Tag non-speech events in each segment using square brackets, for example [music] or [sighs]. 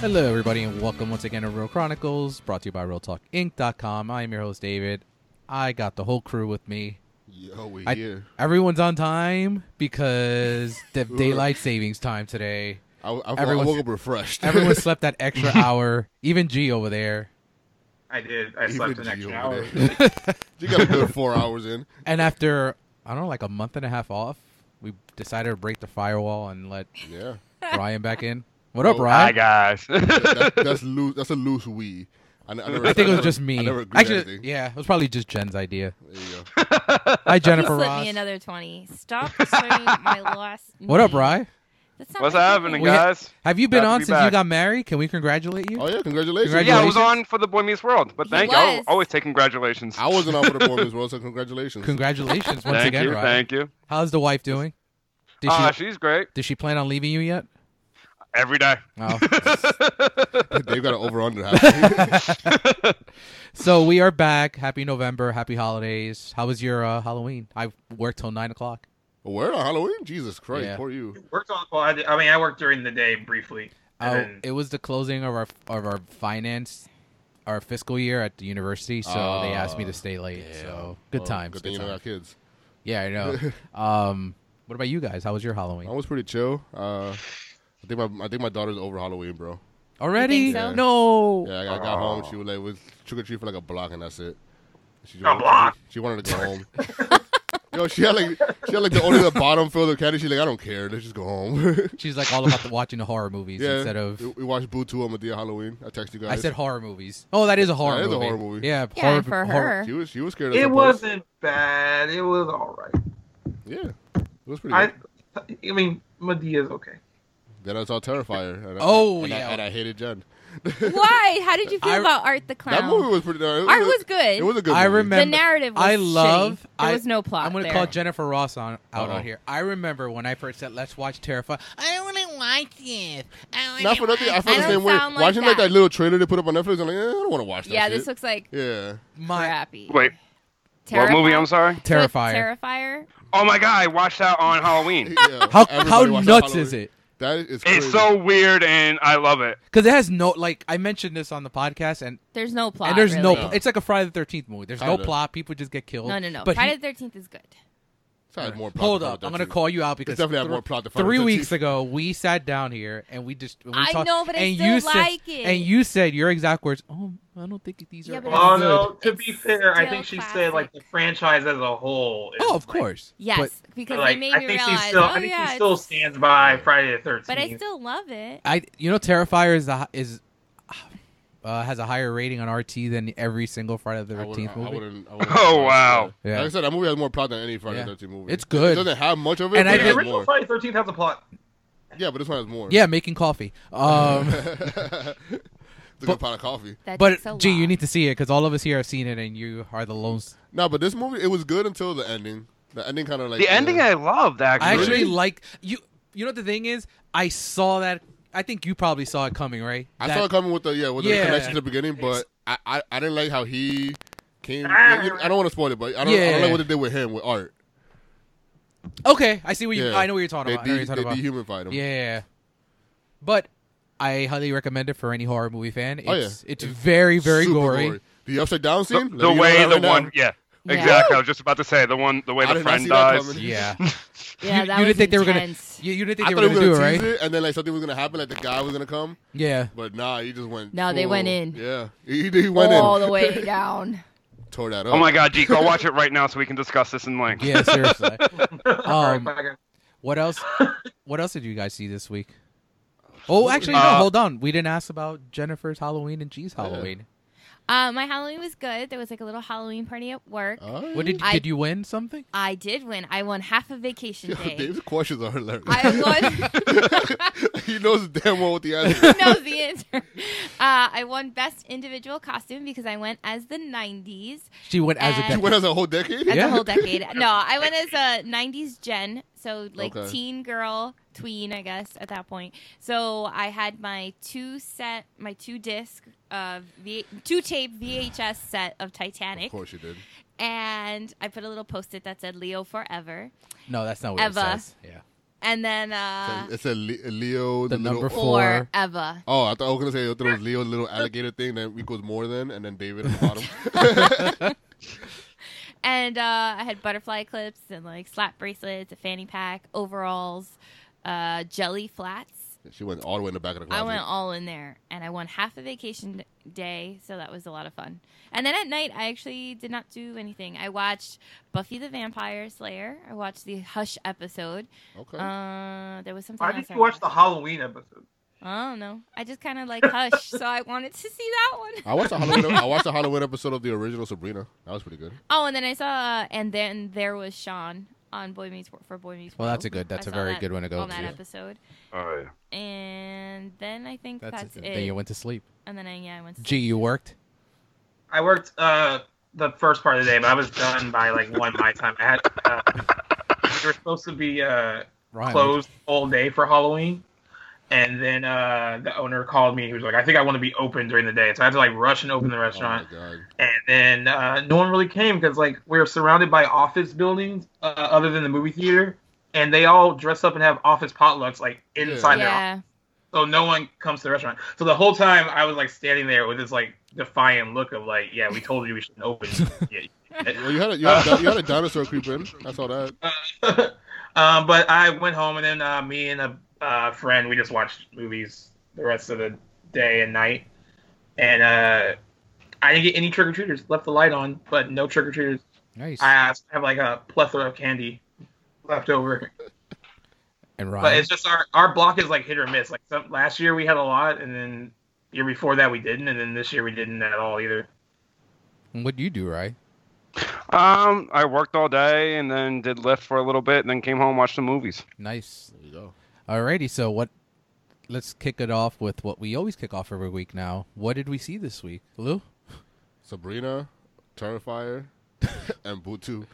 Hello, everybody, and welcome once again to Real Chronicles, brought to you by RealTalkInc.com. I am your host, David. I got the whole crew with me. Yo, we I- here. Everyone's on time because [laughs] the daylight savings time today. I, I, I everyone's- woke up refreshed. [laughs] Everyone slept that extra hour. Even G over there. I did. I Even slept an G extra over hour. there. [laughs] you got a good four hours in. And after I don't know, like a month and a half off, we decided to break the firewall and [laughs] let Yeah, Ryan back in. What up, Oh, Hi Ryan? guys. that, that's loose. That's a loose we. I, n- never- I think it was never- just me. [laughs] I never agreed to Actually, anything. yeah, it was probably just Jen's idea. There [laughs] you go. Hi, You Jennifer slipped Ross. me another twenty. Stop [laughs] showing my last. What up, name. Ryan? That's not [laughs] What's my happening, [laughs] name. We ha- guys? Have you been Glad to on be since you back. got married? Can we congratulate you? Oh yeah, congratulations. Yeah, I was Congratulations. on for the Boy Meets World, but He thank you. I'll was. always take congratulations. I wasn't on for the board as well, so congratulations. Congratulations once thank again, you, Ryan. thank you. How's the wife doing? Did Ah, she she's great did she plan on leaving you [laughs] yet? every day. Uh, Oh. [laughs] They've got an over under. [laughs] I so we are back. Happy November. Happy holidays. How was your uh, Halloween? I worked till nine o'clock. Where on Halloween? Jesus Christ, Yeah. poor you. Worked on. Well, I, did- I mean, I worked during the day briefly. Oh, And it was the closing of our of our finance, our fiscal year at the university. So they asked Oh, me to stay late. So good Well, times. Good thing good you don't times. got kids. Yeah, I [laughs] know. um, what about you guys? How was your I Halloween? was pretty chill. Uh, I think my I think my daughter's over Halloween, bro. Already? so? Yeah. No. Yeah, I got, I got home. She was like was trick or treat for like a block, and that's it. She A block? She, wanted to go home. [laughs] Yo, she had like she had like the only the bottom filled of candy. She's like, I don't care. Let's just go home. [laughs] She's like all about the, watching the horror movies yeah. instead of. we, we watched Boo Two on Medea Halloween. I texted you guys. I said horror movies. Oh, that is a horror. That is a movie. horror movie. Yeah, Yeah, horror, for horror- her. she was she was scared. it At some parts. wasn't bad. It was all right. Yeah, it was pretty. I, good. I mean, Medea's okay. Then I saw Terrifier. And I- Oh, and yeah. I, and I hated Jen. [laughs] Why? How did you feel I- about Art the Clown? That movie was pretty. Uh, it Art was good. It was a good. I movie. remember. the narrative. Was I love. Shitty. There I, was no plot. I'm gonna there. call Jennifer Ross on out Uh-oh. on here. I remember when I first said, "Let's watch Terrify." I want to watch it. I Not wanna for nothing. I watch felt I the don't same way. sound like Watching like that. that little trailer they put up on Netflix, I'm like, eh, I don't want to watch that. Yeah, shit. this looks like [laughs] Yeah. my crappy. Wait, Terrifier? what movie? I'm sorry. Terrifier. Terrifier. Oh my god, I watched that [laughs] on Halloween. Yeah, How how everybody watched that nuts Halloween. is it? That is crazy. it's so weird, and I love it. Because it has no like. I mentioned this on the podcast, and There's no plot. and there's no. really. No. It's like a Friday the Thirteenth movie. There's no Kinda. plot. People just get killed. No, no, no. But he- Friday the Thirteenth is good. It's had more plot Hold than up! I'm Friday gonna the call you out because definitely had thr- more plot than Friday three the weeks 13th. ago we sat down here and we just we I talked, know, but I and still you said, like it. And you said your exact words. Oh, I don't think these Yeah, are. but all Oh It's no! good." To It's be fair, I still think she said like the classic. franchise as a whole. Is, [laughs] Oh, of like- course. Yes, But because like, it made I me think realize. she still. oh I think yeah, she still it's- stands by Friday the Thirteenth. but I still love it. I, you know, Terrifier is the, hi- is uh, has a higher rating on RT than every single Friday the I wouldn't- Thirteenth I movie. wouldn't- I wouldn't- [laughs] Oh wow. Yeah. Like I said, that movie has more plot than any Friday Yeah. the 13th movie. It's good. It doesn't have much of it. And And I I The think- did original more. Friday the Thirteenth has a plot. Yeah, but this one has more. [laughs] yeah, making coffee. Um, it's a good pot of coffee. [laughs] That but takes a gee, you lot. need to see it because all of us here have seen it, and you are the lone. s- No, but this movie, it was good until the ending. The ending kind of like The ending I loved actually. I actually Really? like you. You know what the thing is? I saw that. I think you probably saw it coming, right? I That- saw it coming with the yeah with Yeah. the connection to the beginning, but I, I, I didn't like how he came. Ah. I don't want to spoil it, but I don't, I Yeah. don't like what they did with him with art. Okay, I see what you. Yeah. I know what you're talking they about. I know what you're de- talking about. they dehumified him. Yeah. But I highly recommend it for any horror movie fan. It's Oh, yeah. it's very very Super gory. The upside down The, scene. Let the me know way that the right now. one, yeah, Yeah. exactly. I was just about to say the one, the way I the did not friend see that dies. coming. [laughs] Yeah. Yeah, you, that you was didn't think they were gonna intense. you, you didn't think I they thought were he gonna was do gonna it, right? tease it, and then like something was gonna happen, like the guy was gonna come. Yeah. But nah, he just went. No, they went full- in. Yeah, he, he went all in. the [laughs] way down. Tore that up. Oh my god, [laughs] G, go watch it right now so we can discuss this in length. [laughs] Yeah, seriously. [laughs] All um, right, bye, guys. what else what else did you guys see this week? Oh, actually no, Uh, hold on. We didn't ask about Jennifer's Halloween and G's Halloween. Uh, my Halloween was good. There was like a little Halloween party at work. Alright. What did I- did you win something? I did win. I won half a vacation Yo, day. [laughs] Dave's questions are hilarious. I [laughs] won. he knows damn well what the answer. [laughs] is. [laughs] knows the answer. Uh, I won best individual costume because I went as the '90s. She went as a And- He went as a whole decade. That's Yeah. a [laughs] whole decade. No, I went as a '90s Gen, so like Okay. teen girl, tween, I guess at that point. So I had my two set, my two disc, uh, v- two tape VHS set of Of Titanic, course you did. and I put a little post it that said Leo forever. No, that's not what Eva. it says. Yeah. and then uh, It's a, Le- a Leo. The little- number four. or Eva. Oh, I thought I was gonna say it was Leo's little alligator thing that equals more than, and then David on the bottom. [laughs] [laughs] And uh, I had butterfly clips and like slap bracelets, a fanny pack, overalls, uh, jelly flats. she went all the way in the back of the I closet. went all in there and I won half a vacation day, so that was a lot of fun. And then at night, I actually did not do anything. I watched Buffy the Vampire Slayer. I watched the Hush episode. okay. Uh, there was something. Why else did I you watch the watched. Halloween episode? I don't know. I just kind of like Hush, so I wanted to see that one. I watched a Halloween. I watched a Halloween episode of the original Sabrina. That was pretty good. Oh, and then I saw, uh, and then there was Sean on Boy Meets Wor- for Boy Meets Well, World. that's a good. That's I a saw very that good one to go on that to. episode. Oh, yeah. And then I think that's, it. Then you went to sleep. and then I, yeah, I went. To Gee, you worked. I worked uh, the first part of the day, but I was done by like one my time. I had uh, we were supposed to be uh, Ryan, closed all day for Halloween, and then uh, the owner called me. He was like, "I think I want to be open during the day," so I had to like rush and open the Oh my restaurant. god. And then uh, no one really came because like we were surrounded by office buildings uh, other than the movie theater, and they all dress up and have office potlucks like inside their office. yeah, So no one comes to the restaurant. So the whole time I was like standing there with this like defiant look of like, "Yeah, we told you we shouldn't open." Yeah. Well, you had a, you had a, you had a dinosaur creep in. I saw that. [laughs] um, but I went home, and then uh, me and a uh, friend we just watched movies the rest of the day and night. And uh, I didn't get any trick or treaters. Left the light on, but no trick or treaters. nice. I asked- have like a plethora of candy left over, and but Ryan, it's just our our block is like hit or miss. Like some, last year we had a lot, and then year before that we didn't, and then this year we didn't at all [laughs] either. what do you do, Ryan? Um, I worked all day and then did Lyft for a little bit and then came home and watched some movies. Nice. There you go. Alrighty. So what? Let's kick it off with what we always kick off every week. Now, what did we see this week, Lou? Sabrina, Terrifier, [laughs] and Butu.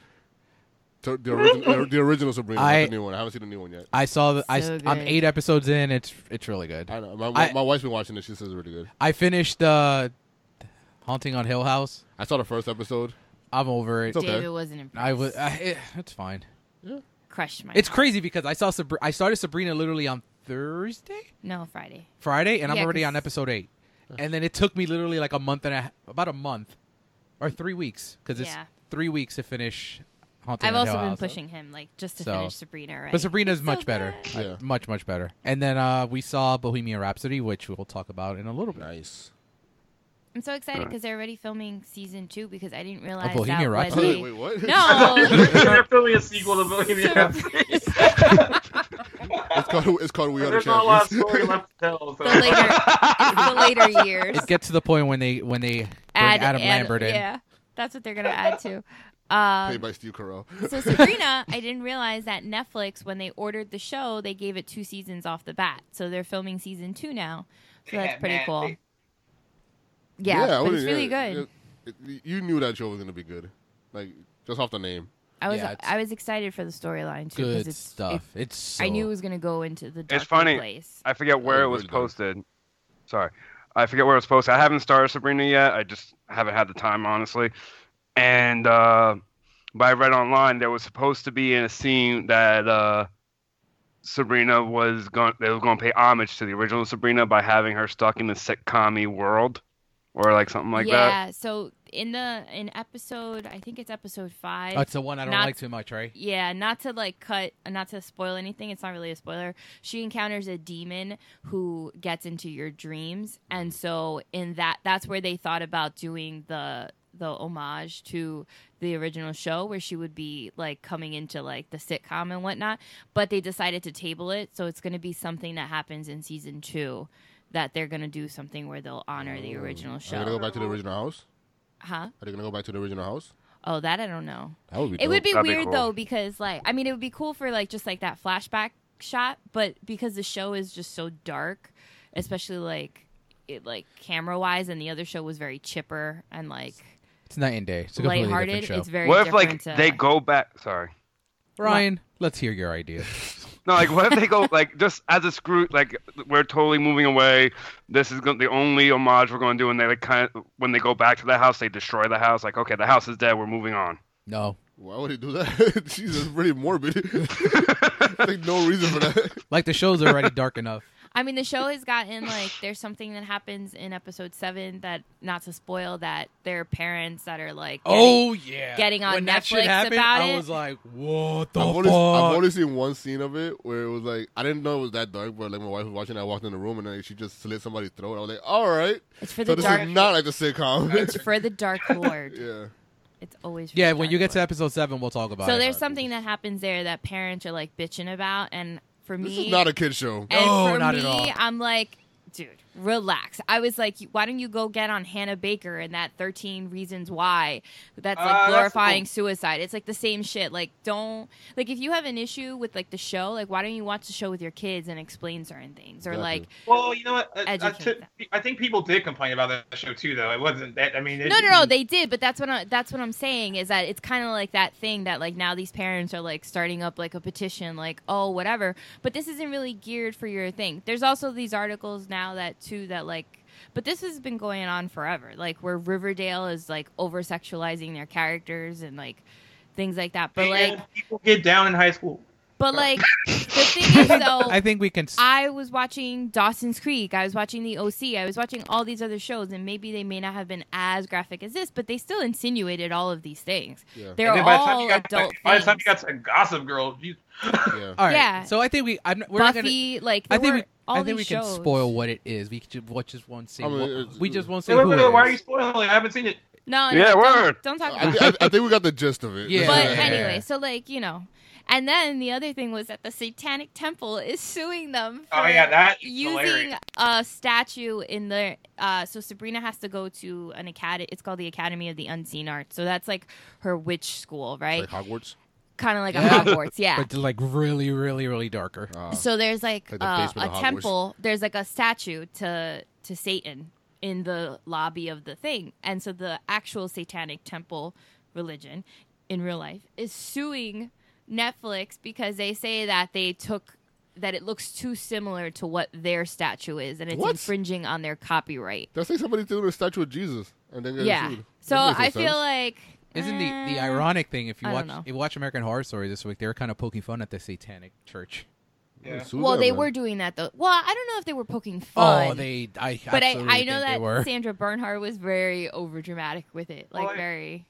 Ter- the, original, the original Sabrina, I- not the new one. I haven't seen the new one yet. I saw. The, I, So am good. eight episodes in. It's it's really good. I know. My, I- my wife's been watching it. She says it's really good. I finished uh, Haunting on Hill House. I saw the first episode. I'm over it. It's okay. David wasn't impressed. I was. I, it, it's fine. crushed my. It's crazy because I saw Sabr- I started Sabrina literally on Thursday, no Friday. Friday, and I'm Yeah, already 'cause- on episode eight. And then it took me literally like a month and a h- about a month or three weeks because it's Yeah. three weeks to finish Haunting. I've on also Hill been House. pushing him like just to So- finish Sabrina. Right? But Sabrina's It's so much better, good. Uh, Yeah. much much better. And then uh, we saw Bohemian Rhapsody, which we'll talk about in a little bit. Nice. I'm so excited because they're already filming season two because I didn't realize Oh, Bohemian that was Rhapsody? a- Wait, what? [laughs] No, They're filming a sequel to [laughs] Bohemian Rhapsody. It's called, it's called We Are the There's not a lot of Champions. story left to tell. So. the later, it's the later years. It gets to the point when they when they bring Adam Lambert in. Yeah, that's what they're gonna add to. Um, [laughs] Played by Steve Carell. So Sabrina, I didn't realize that Netflix, when they ordered the show, they gave it two seasons off the bat. So they're filming season two now. So Yeah, that's pretty man, cool. they- Yeah, I but wouldn't- it's really yeah, good. yeah. It- you knew that show was gonna be good, like just off the name. I was Yeah, it's- I was excited for the storyline too. 'cause Good it's, stuff. it- it's so, I knew it was gonna go into the dark funny. place. I forget where Oh, it was really good. posted. Sorry. I forget where it was posted. I haven't started Sabrina yet. I just haven't had the time, honestly. And uh, but I read online there was supposed to be in a scene that uh, Sabrina was going. They were going to pay homage to the original Sabrina by having her stuck in the sitcom world, or like something like that. yeah. So in the in episode, I think it's episode five. That's the one I don't Not- like too much, right? Yeah, not to like cut, not to spoil anything. It's not really a spoiler. She encounters a demon who gets into your dreams, and so in that, that's where they thought about doing the the homage to the original show, where she would be like coming into like the sitcom and whatnot. But they decided to table it, so it's going to be something that happens in season two. That they're gonna do something where they'll honor the original Are they gonna show, go back to the original house? huh? Are they gonna go back to the original house? Oh, that I don't know. That would be. It would be That'd be weird cool. though because like I mean it would be cool for like just like that flashback shot, but because the show is just so dark, especially like it like camera wise, and the other show was very chipper and like It's night and day. It's a completely different lighthearted. show. It's very What if like different to- they go back? Sorry. Ryan, let's hear your [laughs] idea. No, like what if they go like just as a screw like we're totally moving away. This is go- the only homage we're going to do, and they like kind of when they go back to the house, they destroy the house. Like okay, the house is dead. We're moving on. No, [laughs] Why would he do that? Jesus, pretty morbid. [laughs] like no reason for that. Like the show's already dark enough. I mean, the show has gotten like there's something that happens in episode seven that not to spoil that there are parents that are like, [laughs] getting- oh yeah. getting on when that shit Netflix happened, about I it. was like, what the I've fuck? only, I've only seen one scene of it where it was like I didn't know it was that dark, but like my wife was watching. I walked in the room and then she just slit somebody's throat. I was like, all right. it's for so the this dark. is not like the [laughs] sitcom. it's for the dark [laughs] lord. yeah. It's always for yeah, the when dark you get to lord. episode seven, we'll talk about So it. there's something that happens there that parents are like bitching about, and for me, This is not a kid show. And No, for not me, at all. I'm like, dude, relax. I was like, why don't you go get on Hannah Baker and that 13 Reasons Why? That's like Ah, that's the glorifying one. suicide. It's like the same shit. Like, don't like if you have an issue with like the show, like why don't you watch the show with your kids and explain certain things or Exactly. like Well, you know what? I, I Educate took- I think people did complain about that show too, though. It wasn't that. I [laughs] mean, it, no, no, no. They did, but that's what I, that's what I'm saying is that it's kind of like that thing that like now these parents are like starting up like a petition, like oh whatever. But this isn't really geared for your thing. There's also these articles now that too that like, but this has been going on forever. Like where Riverdale is like over sexualizing their characters and like things like that. But And like, people get down in high school. but like the thing is though. [laughs] I think we can. s- I was watching Dawson's Creek. I was watching The OC. I was watching all these other shows, and maybe they may not have been as graphic as this, but they still insinuated all of these things. Yeah. They're and then by the time all you got adult by the time things. you got to Gossip Girl, you, yeah. all right. yeah. So I think we. I'm, we're not gonna. Buffy, like I there think were we. all I think we these can shows. spoil what it is. We could watch just one scene. I mean, We'll- it's- we just won't say Wait, wait, who. wait, it why is. are you spoiling? Like, I haven't seen it. No, no, Yeah, don't- word. Don't, [laughs] Uh, talk I, about. thi- it. I, I think we got the gist of it. Yeah. But Yeah. anyway, so like you know, and then the other thing was that the Satanic Temple is suing them. For Oh yeah, that is using hilarious. a statue in the uh, so Sabrina has to go to an academy. It's called the Academy of the Unseen Arts. So that's like her witch school, right? like Hogwarts. kind of like Yeah. a Hogwarts, yeah. But like really, really, really darker. Ah. so there's like, Like the uh, basement of a Hogwarts. temple. There's like a statue to to Satan in the lobby of the thing, and so the actual Satanic temple religion in real life is suing Netflix because they say that they took that it looks too similar to what their statue is and it's What? infringing on their copyright. That's like somebody doing a statue of Jesus and then got yeah. sued. So That makes no I feel sense. like Isn't the, the eh, ironic thing if you I watch don't know. if you watch American Horror Story this week, they were kind of poking fun at the Satanic Church. Yeah. Sue Well, them, they man. were doing that though. Well, I don't know if they were poking fun. Oh, they I but I, absolutely I know think they were. that Sandra Bernhard was very over dramatic with it. Like Well, I- [laughs] very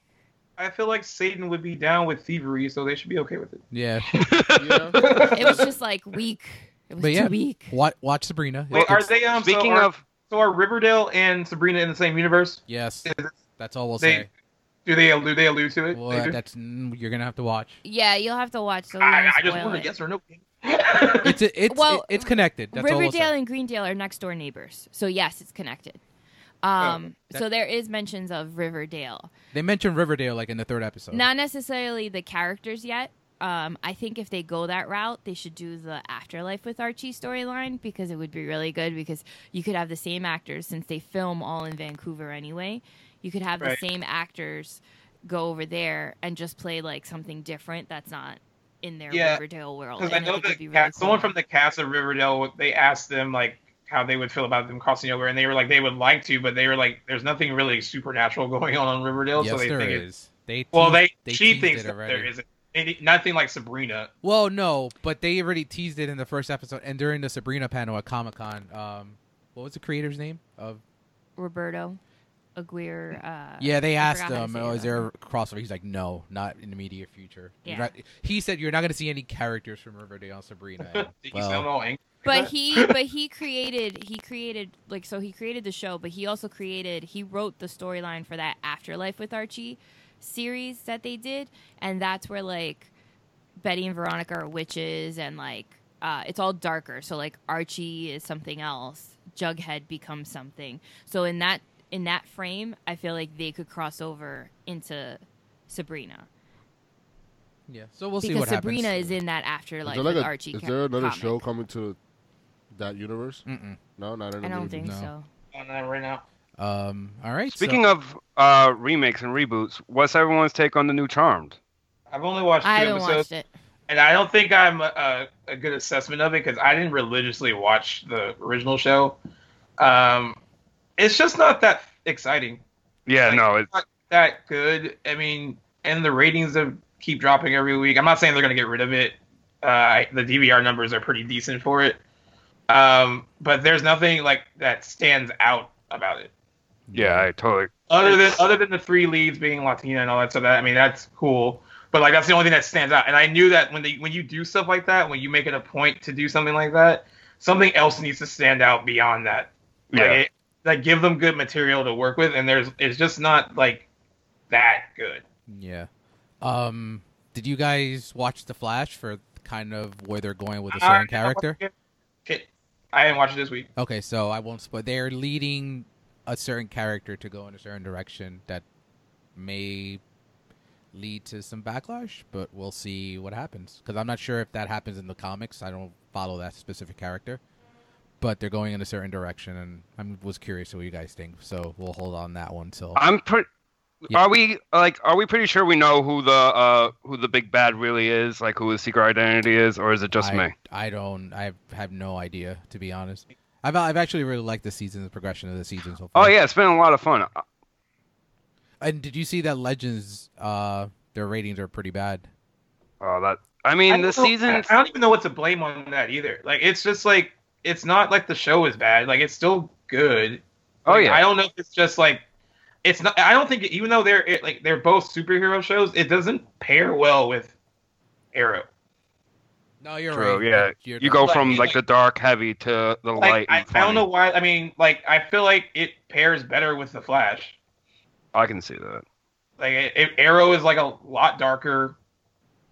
I feel like Satan would be down with thievery, so they should be okay with it. [laughs] yeah. Yeah. it was just like weak. It was But yeah. too weak. Watch, watch Sabrina. Wait, are It's- they um? so Speaking are- of, so are Riverdale and Sabrina in the same universe? yes, Is- that's all we'll they- say. Do they allude? They allude to it? Well, They do? that's mm, you're gonna have to watch. Yeah, you'll have to watch. So we I, won't I just spoil wondered it. yes [laughs] or no. [laughs] It's a, it's Well, it- it's connected. That's all we'll Riverdale say. and Greendale are next door neighbors, so yes, it's connected. Oh. Um, that- so there is mentions of Riverdale, They mentioned Riverdale like in the third episode. not necessarily the characters yet. Um, I think if they go that route, they should do the afterlife with Archie storyline because it would be really good because you could have the same actors since they film all in Vancouver anyway. You could have Right. the same actors go over there and just play like something different that's not in their Yeah, Riverdale world. Because I and know think it'd that be really cast- someone cool. from the cast of Riverdale, they asked them like how they would feel about them crossing over, and they were like they would like to, but they were like there's nothing really supernatural [laughs] going on on Riverdale, yes, so they there think is. They It, well, teased- they, they she teased thinks it that already. there isn't any- nothing like Sabrina. Well, no, but they already teased it in the first episode and during the Sabrina panel at Comic Con. Um, what was the creator's name of Roberto Aguirre. Uh, Yeah, they I asked forgot how to him, say oh, it, is though. there a crossover? He's like, no, not in the immediate future. You're Yeah. not- he said, you're not going to see any characters from Riverdale on Sabrina. And, [laughs] Did you sound well, all angry? But [laughs] he, but he created, he created like so he created the show, but he also created, he wrote the storyline for that Afterlife with Archie series that they did, and that's where like Betty and Veronica are witches, and like uh, it's all darker. So like Archie is something else, Jughead becomes something. So in that in that frame, I feel like they could cross over into Sabrina. yeah, so we'll see because what Sabrina happens. is in that afterlife is there, like with a- Archie. is co- there another comic. show coming to that universe? Mm-mm. No, not in I don't the- [laughs] think No. so. on that right now. Um, all right. speaking of uh, remakes and reboots, what's everyone's take on the new Charmed? I've only watched two I haven't episodes, watched it. and I don't think I'm a, a good assessment of it because I didn't religiously watch the original show. Um, it's just not that exciting. Yeah, Like- uh, no, it, that good. I mean, and the ratings have keep dropping every week. I'm not saying they're going to get rid of it Uh, the DVR numbers are pretty decent for it. Um, but there's nothing like that stands out about it. Yeah, I totally. Other than other than the three leads being Latina and all that stuff, that I mean that's cool. But like that's the only thing that stands out. And I knew that when they when you do stuff like that, when you make it a point to do something like that, something else needs to stand out beyond that. Like, Yeah. it, like give them good material to work with, and there's it's just not like that good. Yeah. Um, did you guys watch The Flash for kind of where they're going with the I- Same character? Shit, I didn't watch it this week. Okay, so I won't spoil. They're leading a certain character to go in a certain direction that may lead to some backlash, but we'll see what happens. Because I'm not sure if that happens in the comics. I don't follow that specific character, but they're going in a certain direction, and I was curious what you guys think. So we'll hold on that one till. I'm pretty. Yeah. Are we like? Are we pretty sure we know who the uh who the big bad really is? Like who his secret identity is, or is it just I, me? I don't. I have no idea, to be honest. I've I've actually really liked the season, the progression of the season so Oh far. yeah, it's been a lot of fun. Uh, And did you see that Legends? Uh, their ratings are pretty bad. Oh, that. I I mean, don't the know- season. I don't even know what to blame on that either. Like it's just like it's not like the show is bad. Like it's still good. Oh Like, I yeah. don't know if it's just like it's not. I don't think even though they're it, like they're both superhero shows, it doesn't pair well with Arrow. No, you're True, right. yeah. You're You go Like, from it's like like- the dark heavy to the light. Like I, and I don't funny. know why. I mean, like I feel like it pairs better with the Flash. I can see that. Like it, it- Arrow is like a lot darker.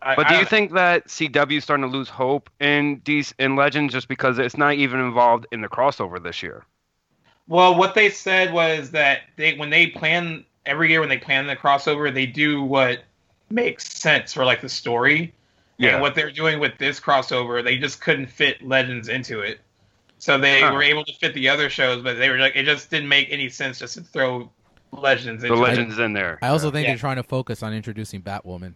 I, But I do don't you think that CW is starting to lose hope in these in Legends just because it's not even involved in the crossover this year? Well, what they said was that they when they plan every year when they plan the crossover, they do what makes sense for like the story. And what they're doing with this crossover, they just couldn't fit Legends into it. So they Huh. were able to fit the other shows, but they were like it just didn't make any sense just to throw Legends the into it. Legends in there. I also think Yeah. they're trying to focus on introducing Batwoman,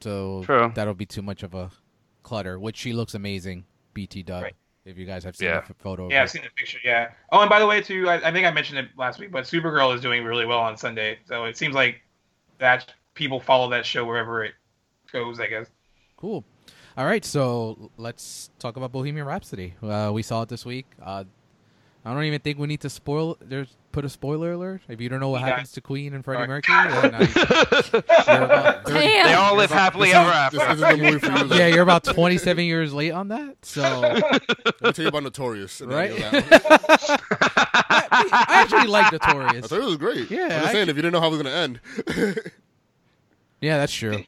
so True. that'll be too much of a clutter. Which she looks amazing, BT dub. Right. If you guys have seen Yeah. the f- photo, of Yeah, her. I've seen the picture. Yeah. Oh, and by the way, too, I, I think I mentioned it last week, but Supergirl is doing really well on Sunday, so it seems like that people follow that show wherever it goes. I guess. Cool. All right, so let's talk about Bohemian Rhapsody. Uh, we saw it this week. Uh, I don't even think we need to spoil. There's put a spoiler alert. If you don't know what Yeah. happens to Queen and Freddie Sorry. Mercury, then I- [laughs] you're about thirty- Damn. they all live happily ever This after. isn't the movie for [laughs] you. yeah, you're about 27 years late on that. So Let me tell you about Notorious. And then Right? you're like, "Oh, I I actually like Notorious. thought it was great. Yeah, I'm I just saying, if you didn't know how it was going to end. [laughs] Yeah, that's true.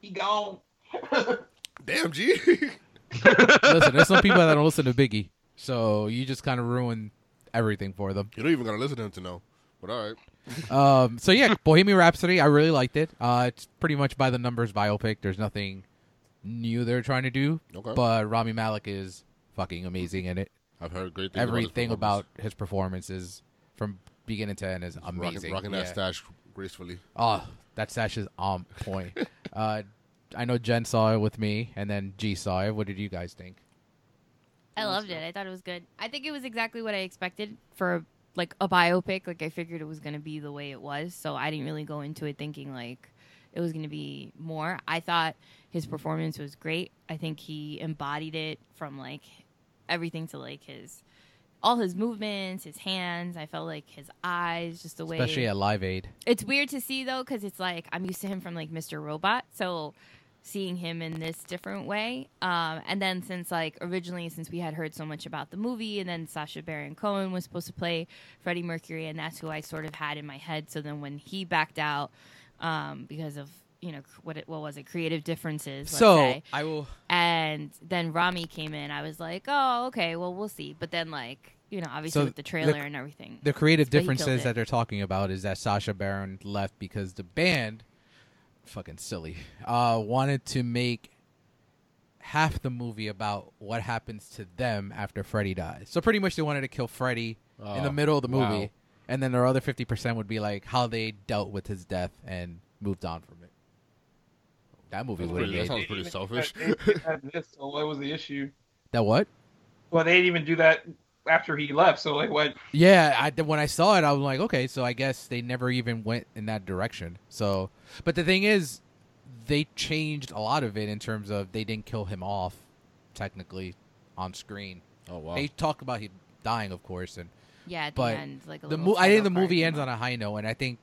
He gone. Damn, G. [laughs] Listen, there's some people that don't listen to Biggie, so you just kind of ruin everything for them. You're not even going to listen to him to know. But all right. Um, so yeah, Bohemian Rhapsody, I really liked it. Uh, it's pretty much by the numbers biopic. There's nothing new they're trying to do, Okay. but Rami Malik is fucking amazing in it. I've heard great things Everything about about his performances from beginning to end is his performance. amazing. Rocking, rocking Yeah. that stash gracefully. Oh, that stash is on [laughs] point. uh, I know Jen saw it with me, and then G saw it. What did you guys think? I loved it. I thought it was good. I think it was exactly what I expected for like a biopic. Like I figured it was going to be the way it was, so I didn't really go into it thinking like it was going to be more. I thought his performance was great. I think he embodied it from like everything to like his all his movements, his hands. I felt like his eyes, just the way Especially at Live Aid. it's weird to see though, because it's like I'm used to him from like Mr. Robot, so seeing him in this different way. Um, and then since like originally, since we had heard so much about the movie, and then Sasha Baron Cohen was supposed to play Freddie Mercury, and that's who I sort of had in my head. So then when he backed out um, because of you know what it, what was it creative differences, let's So say, I will. and then Rami came in, I was like, oh okay, well we'll see. But then like you know obviously So with the trailer and everything, The creative But he killed differences it. that they're talking about is that Sasha Baron left because the band, fucking silly, uh, wanted to make half the movie about what happens to them after Freddie dies. So pretty much they wanted to kill Freddie in the Oh, middle of the movie, wow. and then their other fifty percent would be like how they dealt with his death and moved on from it. That movie That's would have pretty- that made sounds it. pretty selfish. so what was the issue? that what? Well, they didn't even do that after he left. So like, what? Yeah, I, th- when I saw it, I was like, okay, so I guess they never even went in that direction. So, but the thing is, they changed a lot of it in terms of they didn't kill him off technically on screen. Oh wow. They talk about him dying, of course, and Yeah, at But the end, like a the little mo- I think the title movie card ends came on a high note, and I think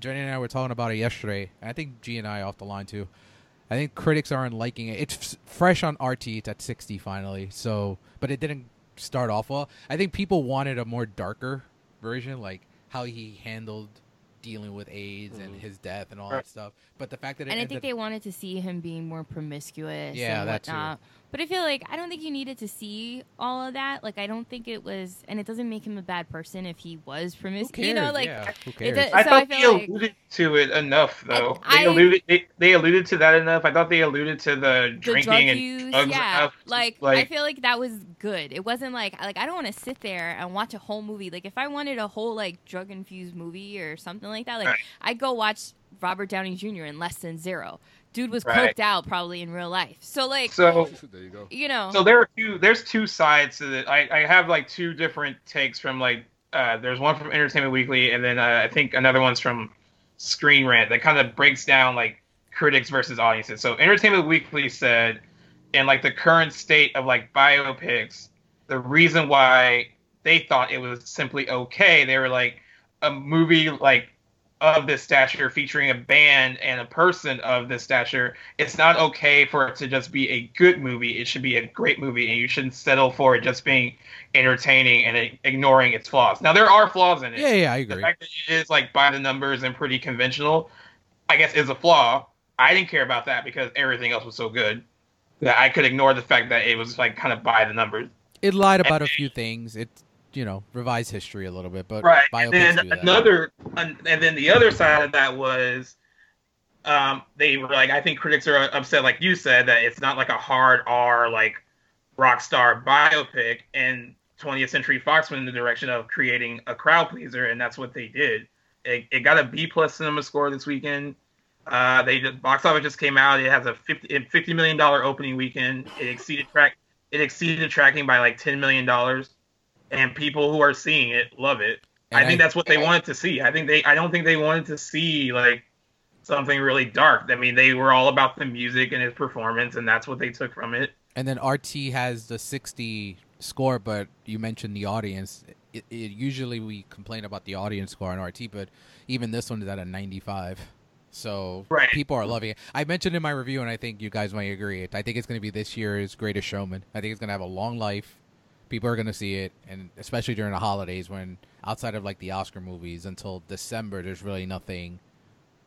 Jenny and I were talking about it yesterday, and I think G and I off the line too. I think critics aren't liking it. It's f- fresh on RT. It's at sixty finally. So, but it didn't start off well. I think people wanted a more darker version, like how he handled dealing with AIDS and his death and all Mm. Right. that stuff. But the fact that it and I ended, think they wanted to see him being more promiscuous. Yeah, and that too. whatnot. But I feel like I don't think you needed to see all of that. Like I don't think it was, and it doesn't make him a bad person if he was who promiscuous. cares? You know, like yeah, who it cares? does, I so thought I they feel like alluded to it enough, though. I- they alluded they, they alluded to that enough. I thought they alluded to the the drinking drug and use, drugs yeah. enough. Like, I like feel like that was good. It wasn't like like I don't want to sit there and watch a whole movie. Like if I wanted a whole like drug infused movie or something like that, like Right. I'd go watch Robert Downey Jr. in Less Than Zero. Dude was Right. coked out probably in real life. So like so. there you go. you know, So there are two. There's two sides to it. I, I have like two different takes from like uh, there's one from Entertainment Weekly, and then uh, I think another one's from Screen Rant that kind of breaks down like critics versus audiences. So Entertainment Weekly said, in like the current state of like biopics, the reason why they thought it was simply okay, they were like a movie like of this stature featuring a band and a person of this stature it's not okay for it to just be a good movie. It should be a great movie, and you shouldn't settle for it just being entertaining and i- ignoring its flaws. Now there are flaws in it. yeah, yeah, I the agree. fact that it is like by the numbers and pretty conventional, I guess, is a flaw. I didn't care about that because everything else was so good that I could ignore the fact that it was like kind of by the numbers. It lied about a few things. It you know revised history a little bit, but right biopics and then do that. another and and then the other side of that was um they were like i think critics are upset like you said that it's not like a hard r like rock star biopic and 20th century fox went in the direction of creating a crowd pleaser and that's what they did it, it got a b plus cinema score this weekend uh they just box office just came out it has a 50, a 50 million dollar opening weekend it exceeded track it exceeded tracking by like 10 million dollars and people who are seeing it love it And I think that's what they wanted to see. I think they I don't think they wanted to see like something really dark. I mean, they were all about the music and his performance and that's what they took from it. And then RT has the 60 score, but you mentioned the audience. It, it, usually we complain about the audience score on RT, but even this one is at a 95. So Right. people are loving it. I mentioned in my review, and I think you guys might agree. It. I think it's going to be this year's greatest showman. I think it's going to have a long life. People are going to see it, and especially during the holidays when outside of like the Oscar movies until December, there's really nothing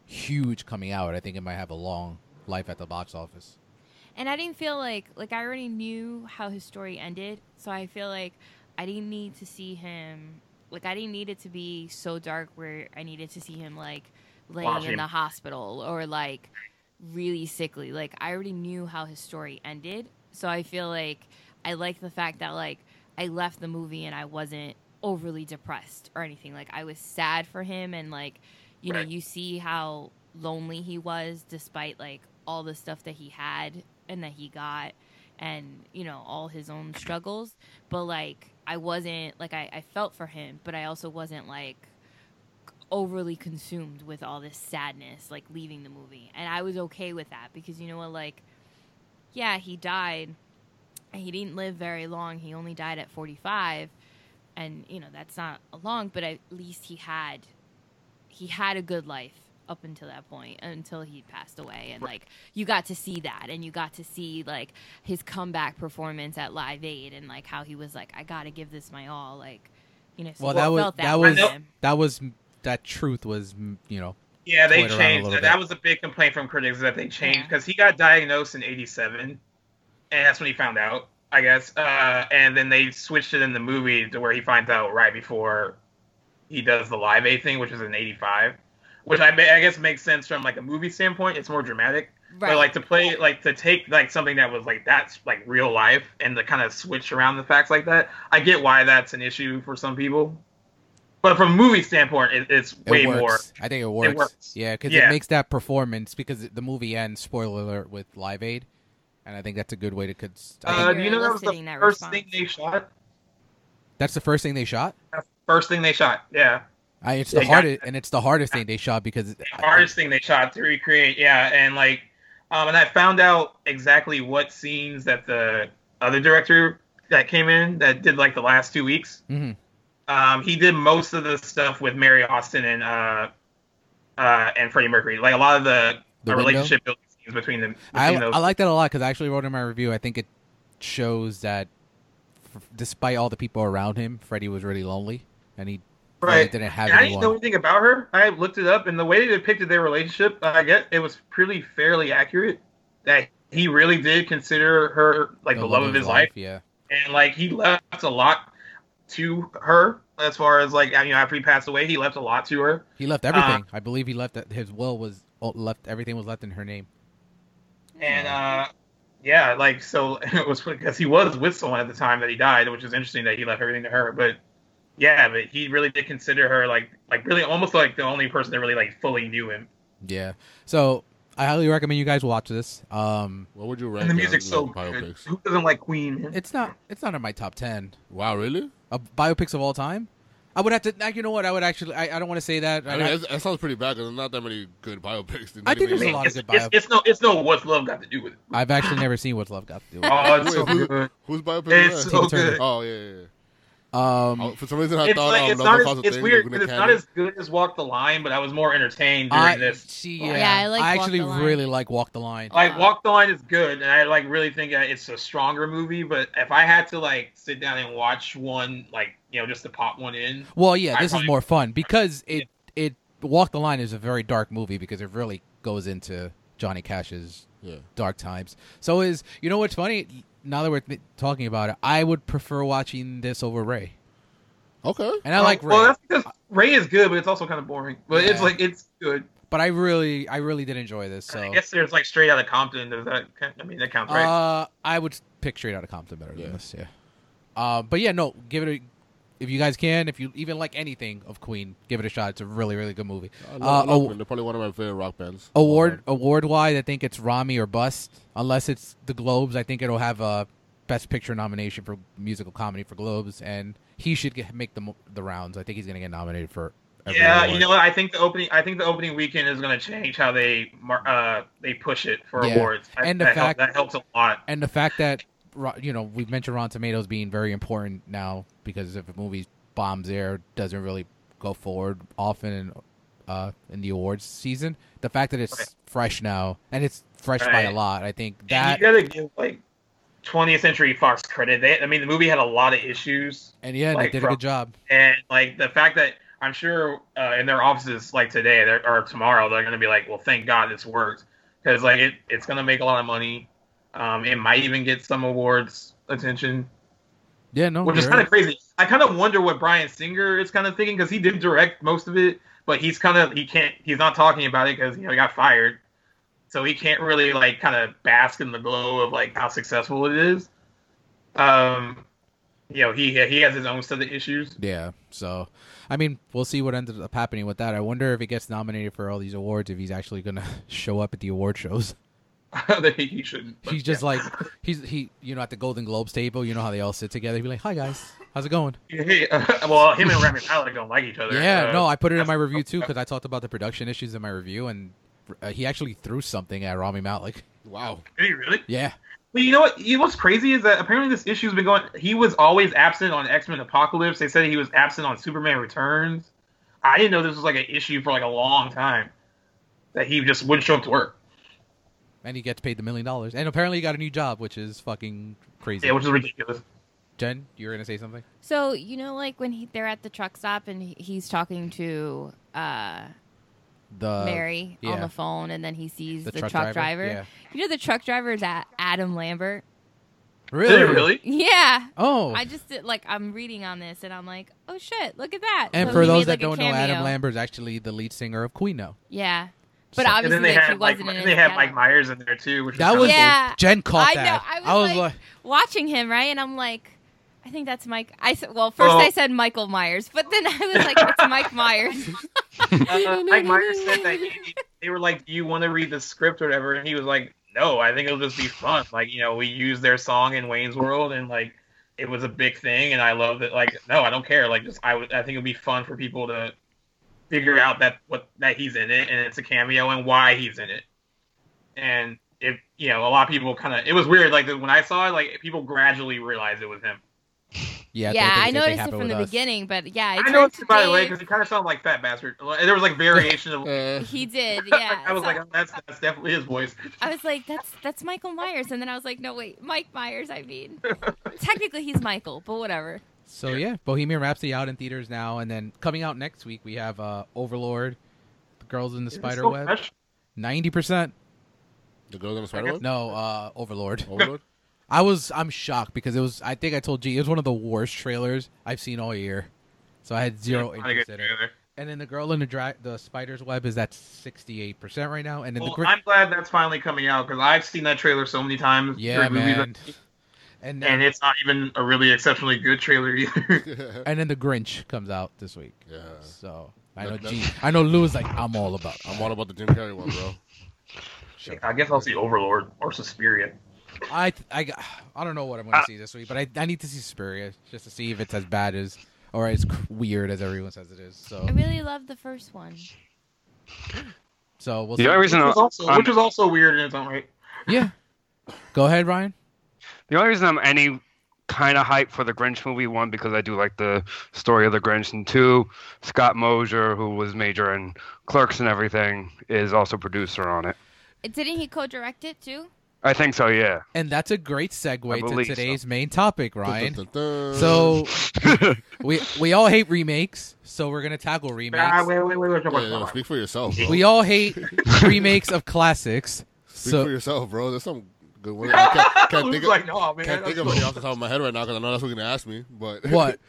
huge coming out. I think it might have a long life at the box office. and I didn't feel like like I already knew how his story ended, so I feel like I didn't need to see him like I didn't need it to be so dark where I needed to see him like laying Watching. in the hospital or like really sickly. Like I already knew how his story ended, so I feel like I like the fact that like I left the movie and I wasn't overly depressed or anything. Like I was sad for him and like you know, Right. you see how lonely he was despite like all the stuff that he had and that he got and you know all his own struggles but like i wasn't like i, I felt for him but i also wasn't like overly consumed with all this sadness like leaving the movie and i was okay with that because you know what like yeah he died and he didn't live very long he only died at 45 and you know that's not long but at least he had he had a good life up until that point until he passed away and like you got to see that and you got to see like his comeback performance at live aid and like how he was like i gotta give this my all like you know so Well, I that was- felt that, that for was- him. that was that truth was mm, you know Yeah, they Toyed around a changed. little That, bit. that was a big complaint from critics is that they changed Yeah. because he got diagnosed in '87, and that's when he found out, I guess. Uh, and then they switched it in the movie to where he finds out right before he does the live aid thing, which is in '85, which I, ma- I guess makes sense from like a movie standpoint. It's more dramatic. right But like to play, like to take like something that was like that's like real life and to kind of switch around the facts like that. I get why that's an issue for some people, but from a movie standpoint, it, it's it way works. more. I think it works. works. Yeah, because it Yeah. makes that performance because the movie ends. Spoiler alert with Live Aid, and I think that's a good way to. Could I Uh, think do you know that was the eliciting that first response. thing they shot? that's the first thing they shot. First thing they shot, yeah. I, it's They the got- hardest, and it's the hardest thing they shot because The hardest thing they shot to recreate, yeah. And like, um, and I found out exactly what scenes that the other director that came in that did like the last two weeks. Mhm. Um, he did most of the stuff with Mary Austin and uh, uh, and Freddie Mercury. Like a lot of the, The uh, window? relationship building scenes between them. Between I, those. I like that a lot because I actually wrote in my review. I think it shows that, f- despite all the people around him, Freddie was really lonely, and he really right. didn't have And I didn't know anyone. anything about her. I looked it up, and the way they depicted their relationship, I get it was pretty fairly accurate. That he really did consider her like the, love of his life. Yeah, and like he left a lot to her as far as like you know after he passed away he left a lot to her he left everything. I believe he left that his will was oh, left. Everything was left in her name. and uh yeah like so [laughs] it was because he was with someone at the time that he died which is interesting that he left everything to her but yeah but he really did consider her like like really almost like the only person that really like fully knew him Yeah. So I highly recommend you guys watch this. Um, What would you rank? and the as, music's so like, good. biopics? who doesn't like queen man? it's not it's not in my top ten Wow, really? of biopics of all time. I would have to. like, You know what? I would actually. I, I don't want to say that. I mean, I, that's- that sounds pretty bad because there's not that many good biopics. I think there's a Man, lot of it's, good it's, bio- it's no it's no what's love got to [laughs] do with it have actually never seen What's Love Got to Do. With It. oh it's so Wait, who- good Whose biopic? it's is so Tina Turner. good that? Oh yeah, yeah. yeah. Um, I- for some reason, I it's thought like um, it's Love not Foss as, a it's thing weird was 'cause gonna it's not canon. as good as Walk the Line, but I was more entertained during I, Oh, this. see, Yeah, yeah, I like Walk the actually Line. really like Walk the Line. Like Walk the Line is good, and I like really think that it's a stronger movie. But if I had to like sit down and watch one, like you know, just to pop one in, Well, yeah, I this is probably- more fun because it it Walk the Line is a very dark movie because it really goes into Johnny Cash's Yeah. dark times. So is you know what's funny? Now that we're th- talking about it, I would prefer watching this over Ray, Okay. and I like Ray, Oh, Well, that's because Ray is good, but it's also kind of boring. But it's Yeah. like it's good. but I really I really did enjoy this. So I guess there's like Straight Outta Compton. Does that? count? I mean, that counts, right? uh, I would pick Straight Outta Compton better Yeah. than this. Yeah. Uh, but yeah, no, give it a. If you guys can, if you even like anything of Queen, give it a shot. It's a really, really good movie. I love- Uh, I love aw- them. They're probably one of my favorite rock bands. award award wise, I think it's Rami or Bust. Unless it's the Globes, I think it'll have a Best Picture nomination for musical comedy for Globes, and he should get, make the mo- the rounds. I think he's gonna get nominated for. every yeah, award. you know what? I think the opening. I think the opening weekend is going to change how they mar- uh they push it for Yeah. awards. I, And the that, help- fact- that helps a lot. and the fact that Ro- you know we've mentioned Rotten Tomatoes being very important now because if a movie bombs there, doesn't really go forward often in uh, in the awards season. The fact that it's Right. fresh now and it's fresh by a Right. lot, I think And that you gotta give like 20th Century Fox credit. They, I mean, the movie had a lot of issues, and yeah, like, they did a from- good job. and like the fact that I'm sure uh, in their offices like today they're- or tomorrow they're gonna be like, well, thank God this worked because like it, it's gonna make a lot of money. Um, it might even get some awards Oh, attention, Yeah, no, which is you're kind right. of crazy. I kind of wonder what Brian Singer is kind of thinking because he did direct most of it, but he's kind of he can't he's not talking about it because you know he got fired, so he can't really like kind of bask in the glow of like how successful it is. Um, you know he he has his own set of issues. Yeah. So, I mean, we'll see what ended up happening with that. I wonder if he gets nominated for all these awards, if he's actually going to [laughs] show up at the award shows. [laughs] [laughs] that he shouldn't. but He's just yeah. like, he's, he, you know, at the Golden Globes table, you know how they all sit together. He'd be like, hi, guys. How's it going? [laughs] Hey, uh, well, him and Rami Malek don't like each other. Yeah. uh, No, I put it in my review too, because I talked about the production issues in my review, and uh, he actually threw something at Rami Malik. Wow. Did he really? [laughs] Yeah. But you know what? You know what's crazy is that apparently this issue's been going. He was always absent on X Men Apocalypse. They said he was absent on Superman Returns. I didn't know this was like an issue for like a long time that he just wouldn't show up to work. And he gets paid the million dollars. And apparently he got a new job, which is fucking crazy. Yeah, which is ridiculous. Jen, you were going to say something? So you know, like when he, they're at the truck stop and he- he's talking to uh, The Mary on Uh, yeah. the phone, and then he sees The the, truck truck, driver? driver. Yeah. You know, the truck driver is at Adam Lambert. [laughs] Really? Did he really? Yeah, Oh. I just did, like I'm reading on this, and I'm like, oh shit, look at that. And So for he those made, like, that a don't know, Adam cameo. Lambert's actually the lead singer of Queen now. Yeah, but So- And obviously then they like, had he like wasn't in and his they had catalog. Mike Myers in there too, which That was, was kinda Yeah. Jen caught I know. that. I was like- watching him right, and I'm like. I think that's Mike. I said, well, first Oh. Well- I said Michael Myers, but then [laughs] I was like, it's Mike Myers. cool. Uh, Mike Myers said that he- they were like, "Do you want to read the script or whatever?" And he was like, "No, I think it'll just be fun. Like, you know, we used their song in Wayne's World, and like, it was a big thing, and I love it. Like, no, I don't care. Like, just I would, I think it'd be fun for people to figure out that what that he's in it, and it's a cameo, and why he's in it. And if you know, a lot of people kind of. It was weird. Like when I saw it, like people gradually realized it was him. Yeah, Yeah, that thing- that I thing noticed it happened from with the us. beginning, but yeah, it I turned noticed to it by the way Dave. because he kind of sounded like Fat Bastard. Like, There was like variation of. Uh, he did. Yeah, [laughs] I was so like, oh, that's that's definitely his voice. I was like, that's that's Michael Myers, and then I was like, no wait, Mike Myers. I mean, technically he's Michael, but whatever. So yeah, Bohemian Rhapsody out in theaters now, and then coming out next week we have uh, Overlord, The Girls in the It's Spider so Web, fresh. ninety percent. the girls on the spider web. No, uh, Overlord. Overlord. I was I'm shocked because it was I think I told G it was one of the worst trailers I've seen all year, so I had zero Kinda good interest in it. trailer. And then the girl in the dra- the spider's web is at sixty eight percent right now, and then Well, the gri- I'm glad that's finally coming out because I've seen that trailer so many times. yeah during movies. man, and then, and it's not even a really exceptionally good trailer either. [laughs] and then the Grinch comes out this week. [laughs] yeah. Uh, So I know That- G, I know Lou's like I'm all about. um, I'm all about the Jim Carrey one, bro. I guess I'll see Overlord or Suspiria. I th- I got- I don't know what I'm gonna Uh, see this week, but I, I need to see Suspiria just to see if it's as bad as or as c- weird as everyone says it is. So I really loved the first one. so we'll The only see. reason Which was I'm, also, which was also weird in its own right. yeah. Go ahead, Ryan. the only reason I'm any kind of hype for the Grinch movie one because I do like the story of the Grinch, and two, Scott Mosier, who was major in Clerks and everything, is also producer on it. Didn't he co-direct it too? I think so. [laughs] Yeah. And that's a great segue to believe so. today's main topic, [laughs] Ryan. Dun, dun, dun. So we we all hate remakes, so we're gonna tackle Ah, remakes. wait, wait, wait, wait, Yeah, wait, no, wait. speak for yourself, bro. We all hate remakes of classics. speak for So yourself, bro. There's some good ones. I [laughs] can't, can't Luke's think of, like, no, man. can't think of any off the top of my head right now because I know that's what you're gonna ask me. But what?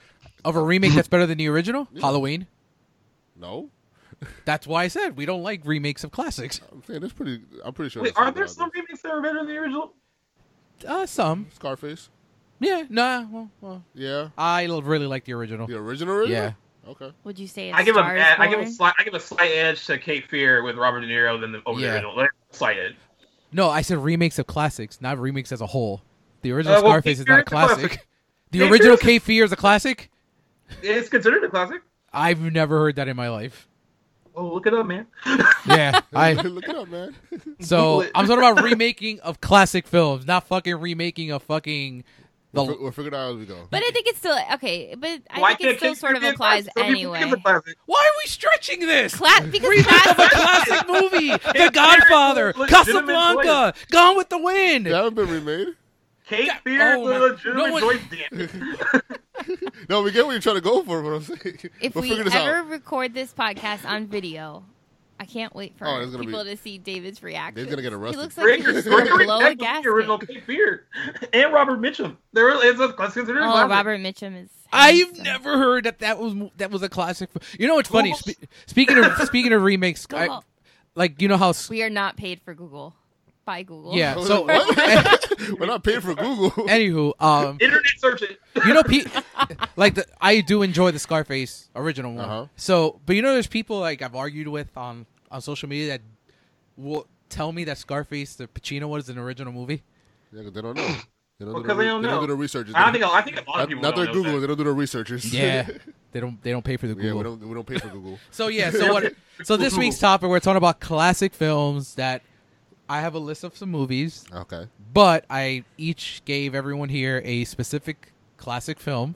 Of a remake that's better than the [laughs] original? Halloween. [laughs] no, That's why I said we don't like remakes of classics. I'm saying that's pretty. I'm pretty sure. Wait, there's are some there out some remakes that are better than the original? Uh, some. Scarface? Yeah. Nah. Well, well, Yeah, I l- really like the original. the original. original? Yeah. Okay. Would you say it's I give a, Star is I I give a Born? slight, I give a slight edge to Kate Fear with Robert De Niro than the, over Yeah. the original. Like, Slight edge. No, I said remakes of classics, not remakes as a whole. The original Uh, well, Scarface is not Cape Fear a is a classic. classic. [laughs] The Cape Fear original is a- Cape Fear is a classic. It's considered a classic. I've never heard that in my life. Oh, look it up, man. [laughs] Yeah, I [laughs] look it up, man. so Google it. I'm talking about remaking of classic films, not fucking remaking of fucking We'll the. fi- we'll figure it out as we go. But I think it's still okay. But I Why think can't it still Kate sort Fear of be a applies classic? Some people think anyway. it's a classic. Why are we stretching this? [laughs] Cla- [laughs] because Remake of a classic. classic movie, Fear The is Godfather, legitimate Casablanca, Gone with the Wind. They haven't been remade. Kate God- Fear oh is a my- legitimate no one- choice, damn it. No, we get what you're trying to go for, but I'm saying [laughs] If we'll we figure this ever out. record this podcast on video, I can't wait for Oh, it's gonna people be- to see David's reaction. Dave's gonna get He arrested. looks like Rick, he Rick, just gonna Rick blow a Beck was gas. the original tank. Cape Fear and Robert Mitchum. There is it's a it's considered a Oh, classic. Robert Mitchum is. I've handsome. never heard that that was that was a classic. You know what's funny? Google. Spe- speaking of speaking of remakes, I- Google. like you know how s- We are not paid for Google. By Google. yeah. I was [laughs] So like, what? we're not paying for Google. anywho, um, Internet search it. you know, pe- [laughs] like the, I do enjoy the Scarface original one. Uh-huh. So, but you know, there's people like I've argued with on on social media that will tell me that Scarface, the Pacino, was an original movie. Yeah, 'cause they don't know. They don't, Well, do, 'cause the, they don't they don't know. do the researchers. I don't think I think a lot of not, people not don't their know Google. that. They don't do the researchers. Yeah, [laughs] they don't they don't pay for the Google. [laughs] yeah. We don't we don't pay for Google. So yeah, so what? So this week's topic, we're talking about classic films that I have a list of some movies, Okay. but I each gave everyone here a specific classic film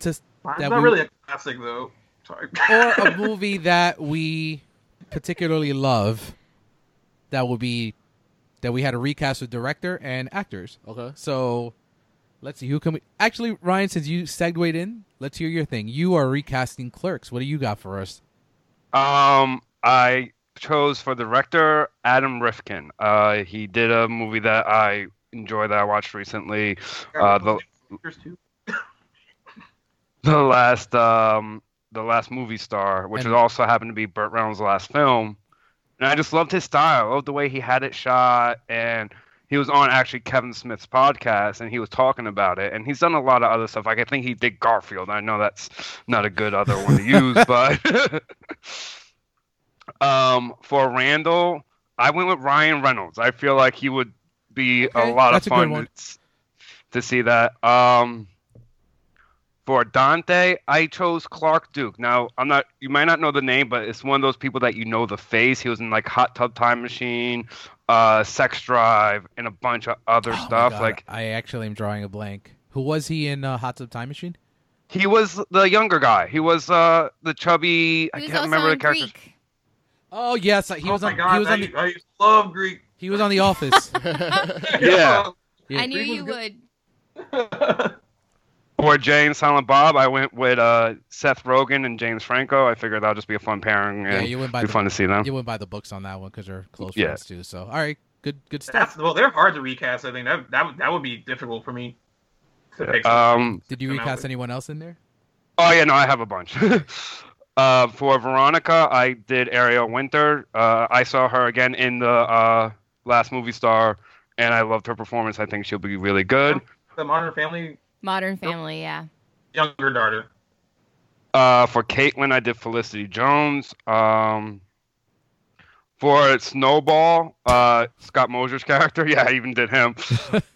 to s- It's that not we- really a classic though. [laughs] Sorry. or uh, [laughs] a movie that we particularly love that would be that we had a recast with director and actors. [laughs] Okay. [laughs] So let's see who can we actually Ryan since you segued in, let's hear your thing. You are recasting clerks. What do you got for us? Um, I chose for director Adam Rifkin. Uh, he did a movie that I enjoy that I watched recently. Uh, the There's two. [laughs] the last um the last movie star, which And- is also happened to be Burt Reynolds' last film. And I just loved his style, loved the way he had it shot, and he was on actually Kevin Smith's podcast, and he was talking about it. And he's done a lot of other stuff. Like I think he did Garfield. I know that's not a good other [laughs] one to use, but [laughs] um, for Randall, I went with Ryan Reynolds. I feel like he would be Okay, a lot that's a of good fun one. to- to see that. Um, for Dante, I chose Clark Duke. Now, I'm not you might not know the name, but it's one of those people that you know the face. He was in like Hot Tub Time Machine, uh, Sex Drive, and a bunch of other Oh my stuff. God, Like I actually am drawing a blank. Who was he in uh, Hot Tub Time Machine? he was the younger guy. He was uh, the chubby. I He was can't also remember the in character. Greek. Oh yes, he was oh on. my God, he was on I, the. I used to love Greek. [laughs] He was on The Office. [laughs] Yeah. Yeah. I knew Greek was you good. would. Or Jay and Silent Bob. I went with uh, Seth Rogen and James Franco. I figured that'll just be a fun pairing yeah, and you went by be the fun to see them. you went by the books on that one because they're close Yeah. friends too. So all right, good good That's stuff. well, they're hard to recast. I think that that would- that would be difficult for me. To pick Um, Did you Come out recast with- anyone else in there? oh yeah, no, I have a bunch. [laughs] uh, for Veronica, I did Ariel Winter. Uh, I saw her again in the uh, last movie star, and I loved her performance. I think she'll be really good. the Modern Family Modern Family, yeah. younger daughter. Uh, for Caitlin, I did Felicity Jones. Um, for Snowball, uh, Scott Mosier's character, [laughs] yeah, I even did him.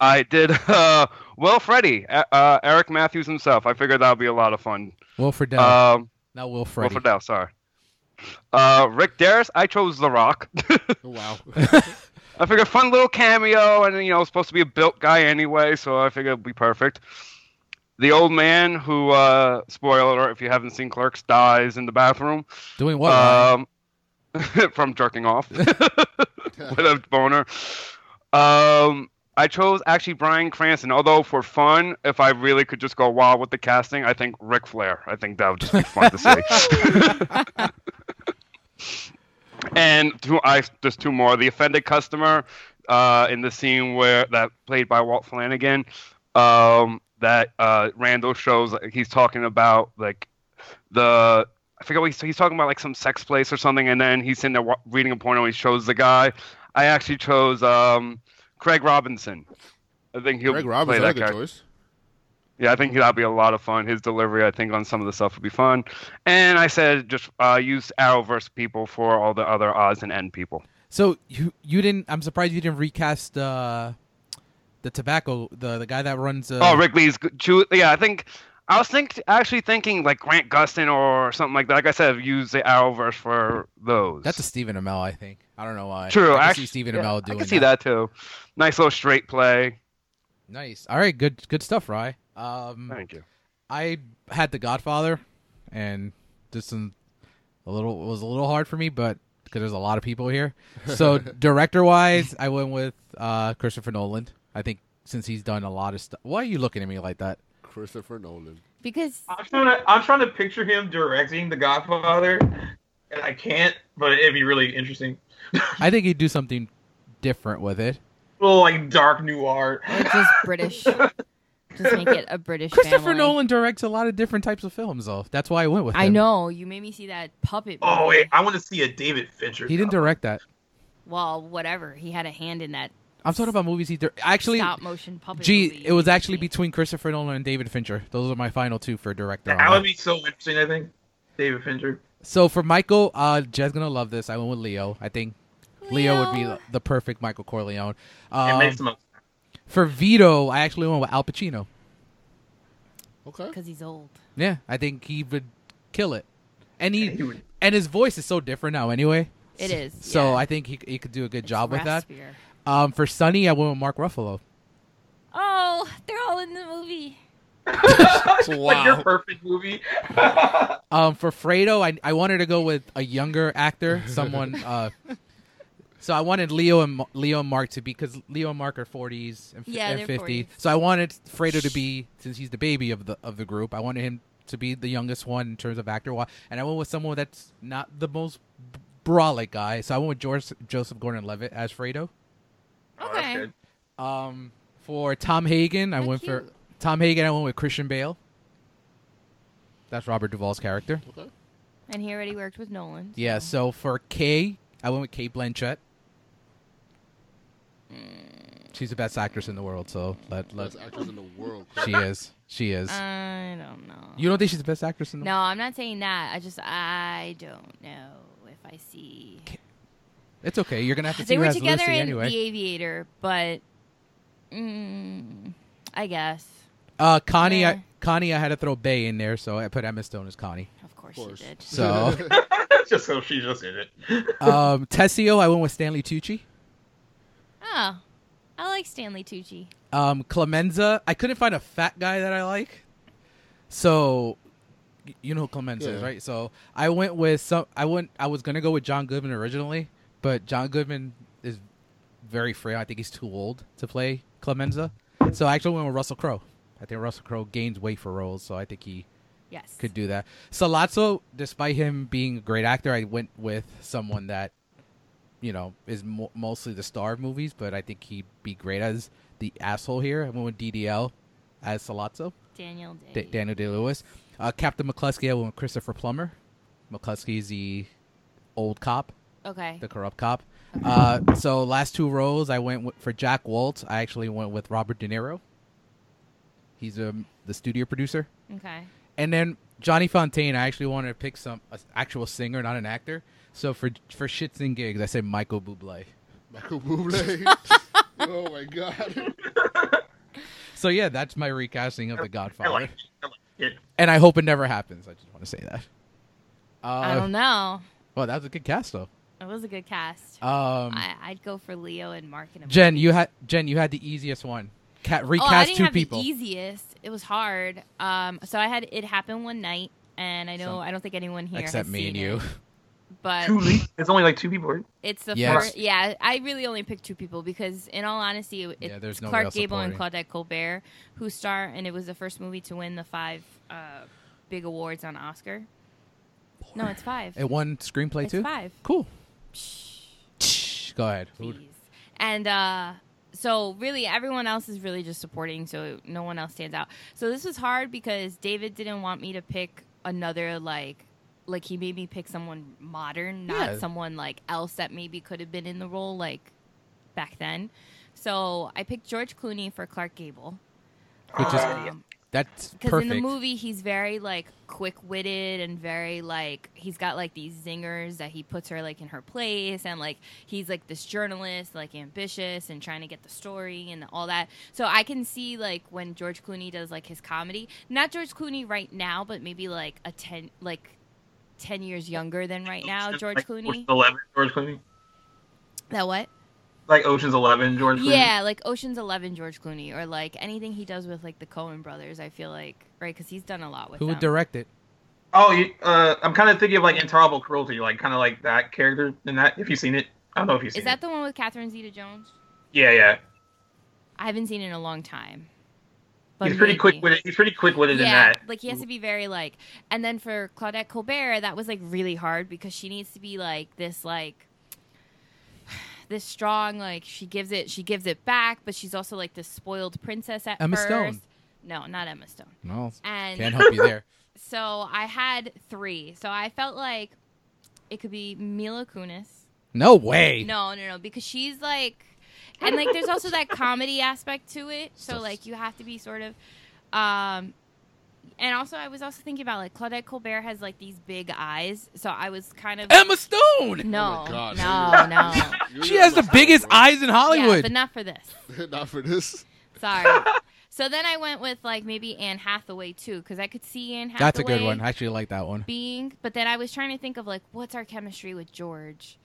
I did uh, Will Freddy, uh, uh, Eric Matthews himself. I figured that'll be a lot of fun. Wilfred Dell, Um, not Wilfred. Will Friedle, sorry. Uh, Rick Darris, I chose The Rock. Wow. I figured fun little cameo, and you know, it's supposed to be a built guy anyway, so I figured it'd be perfect. The old man who, uh, spoiler alert, if you haven't seen Clerks, dies in the bathroom. Doing what? Ryan? Um, [laughs] from jerking off with a boner. Um, I chose actually Brian Cranston. Although for fun, if I really could just go wild with the casting, I think Ric Flair. I think that would just be fun to see. [laughs] and two, I there's two more. The offended customer uh, in the scene where that played by Walt Flanagan. Um, that uh, Randall shows like, he's talking about like the I forget what he's, he's talking about, like some sex place or something, and then he's sitting there wa- reading a porno. He shows the guy. I actually chose um, Craig Robinson. I think he'll Greg play Robbins, that that's a good character. choice. Yeah, I think that'd be a lot of fun. His delivery, I think, on some of the stuff would be fun. And I said just uh, use Arrowverse people for all the other odds and end people. so you you didn't? I'm surprised you didn't recast uh, the tobacco the the guy that runs. Uh, oh, Rick Lee's good- chew. Yeah, I think I was think actually thinking like Grant Gustin or something like that. Like I said, use the Arrowverse for those. That's a Stephen Amell, I think. I don't know why. true. I can actually, see Stephen yeah, Amell doing I can see that. too. Nice little straight play. Nice. All right, good good stuff, Rye. Um, Thank you. I had The Godfather, and this some a little was a little hard for me, but because there's a lot of people here. So director wise, I went with uh, Christopher Nolan. I think since he's done a lot of stuff. Why are you looking at me like that? Christopher Nolan. Because I'm trying to I'm trying to picture him directing The Godfather, and I can't. But it'd be really interesting. I think he'd do something different with it. little like dark noir. it's just British. Just make it a British Christopher family. Nolan directs a lot of different types of films, though. That's why I went with. I him. know. You made me see that puppet. Oh movie. wait, I want to see a David Fincher. he didn't film. direct that. Well, whatever. He had a hand in that I'm talking about movies he dir- actually. stop motion puppet. Gee, movie it was you actually made me. between Christopher Nolan and David Fincher. Those are my final two for director. That on would that. be so interesting. I think David Fincher. So for Michael, uh, Jed's gonna love this. I went with Leo. I think Leo, would be the, the perfect Michael Corleone. It Um, makes the most. for Vito, I actually went with Al Pacino. Okay. because he's old. Yeah, I think he would kill it, and he, He would- and his voice is so different now. Anyway, It is, So yeah. I think he, he could do a good It's job with that. raspier. Um, for Sonny, I went with Mark Ruffalo. Oh, they're all in the movie. [laughs] Like your Wow. perfect movie. Um, for Fredo, I I wanted to go with a younger [laughs] actor, someone. Uh, so I wanted Leo and Ma- Leo and Mark to be because Leo and Mark are forties and, f- Yeah, and they're fifty. 40s. So I wanted Fredo to be since he's the baby of the of the group. I wanted him to be the youngest one in terms of actor. wa- And I went with someone that's not the most b- brolic guy. So I went with George, Joseph Gordon-Levitt as Fredo. Oh, that's [laughs] Okay. good. Um, for Tom Hagen, I How went for cute. Tom Hagen. I went with Christian Bale. That's Robert Duvall's character. And he already worked with Nolan. so- Yeah, so for Kay, I went with Kate Blanchett. Mm, She's the best actress in the world, so let let Best actress in the world. she is. She is. I don't know. you don't think she's the best actress in the Um, No, I'm not saying that. I just I don't know if I see. It's okay. You're gonna have to see They her were as together Lucy in anyway. The Aviator, but mm, I guess uh Connie Yeah. I Connie I had to throw Bay in there, so I put Emma Stone as Connie. of course, Of course. she did. [laughs] So just so she just did it. [laughs] um Tessio, I went with Stanley Tucci. Yeah, Oh, I like Stanley Tucci. Um, Clemenza. I couldn't find a fat guy that I like, so y- you know who Clemenza is, Yeah. right? So I went with some. I went. I was gonna go with John Goodman originally, but John Goodman is very frail. I think he's too old to play Clemenza. So I actually went with Russell Crowe. I think Russell Crowe gains weight for roles, so I think he Yes. could do that. Salazzo, despite him being a great actor, I went with someone that, you know, is mo- mostly the star of movies, but I think he'd be great as the asshole here. I went with DDL as Salazzo, Daniel D- Day. Daniel Day Lewis. Uh, Captain McCluskey, I went with Christopher Plummer. McCluskey's the old cop, okay. the corrupt cop. Uh, so last two roles, I went with, for Jack Waltz. I actually went with Robert De Niro. He's um, the studio producer. okay. And then Johnny Fontaine, I actually wanted to pick some a s- actual singer, not an actor. So for for shits and gigs, I said Michael Bublé. [laughs] Michael Bublé. [laughs] oh my god. So yeah, that's my recasting of The I Godfather, like, I like it. and I hope it never happens. I just want to say that. I Uh, don't know. well, that was a good cast though. It was a good cast. Um, I, I'd go for Leo and Mark and Jen, you had Jen, you had the easiest one. Cat Oh, I recast didn't two have people. the easiest. It was hard. Um, so I had it happen one night, and I know Some- I don't think anyone here Except has me seen and you. it, but Two leads. It's only like two people. right? It's the Yes. first. Yeah, I really only picked two people because, in all honesty, it- Yeah, it's there's nobody Clark else Gable and supporting. Claudette Colbert who star, and it was the first movie to win the five uh, big awards on Oscar. No, it's five. It won screenplay it's too. five. Cool. Shh, Go ahead. please. And uh, so, really, everyone else is really just supporting, so no one else stands out. So this was hard because David didn't want me to pick another like. Like he made me pick someone modern, not Yeah. someone like else that maybe could have been in the role like back then. So I picked George Clooney for Clark Gable. Which is Uh, yeah. that's because in perfect. the movie he's very like quick-witted and very like he's got like these zingers that he puts her like in her place and like he's like this journalist like ambitious and trying to get the story and all that so i can see like when george clooney does like his comedy not george clooney right now but maybe like a 10 like 10 years younger than right now Ocean's, george like, clooney Ocean's Eleven. George Clooney. that what Like Ocean's Eleven. George Clooney. yeah, like Ocean's Eleven, George Clooney, or like anything he does with like the Cohen brothers. I feel like right because he's done a lot with Who would them. direct it? Oh, you, uh, I'm kind of thinking of like Intolerable Cruelty, like kind of like that character in that. If you've seen it, I don't know if you've seen Is that it. the one with Catherine Zeta-Jones? Yeah, yeah. I haven't seen it in a long time. He's pretty maybe. quick with it. He's pretty quick with Yeah, it in that. like he has to be very like. And then for Claudette Colbert, that was like really hard because she needs to be like this, like [sighs] this strong. Like she gives it, she gives it back, but she's also like this spoiled princess at Emma first. Stone. No, not Emma Stone. No, And can't help you there. so I had three. So I felt like it could be Mila Kunis. No way. No, no, no, because she's like, and like, there's also that comedy aspect to it. So Stuff. like, you have to be sort of, um, and also I was also thinking about like Claudette Colbert has like these big eyes, so I was kind of Emma Stone. Oh no, my God. no, [laughs] no, You're She not has my the biggest type, eyes in yeah, Hollywood. but not for this. bro. [laughs] Not for this. [laughs] Sorry. So then I went with like maybe Anne Hathaway too, because I could see Anne Hathaway. That's a good one. I actually like that one. being but then i was trying to think of like what's our chemistry with george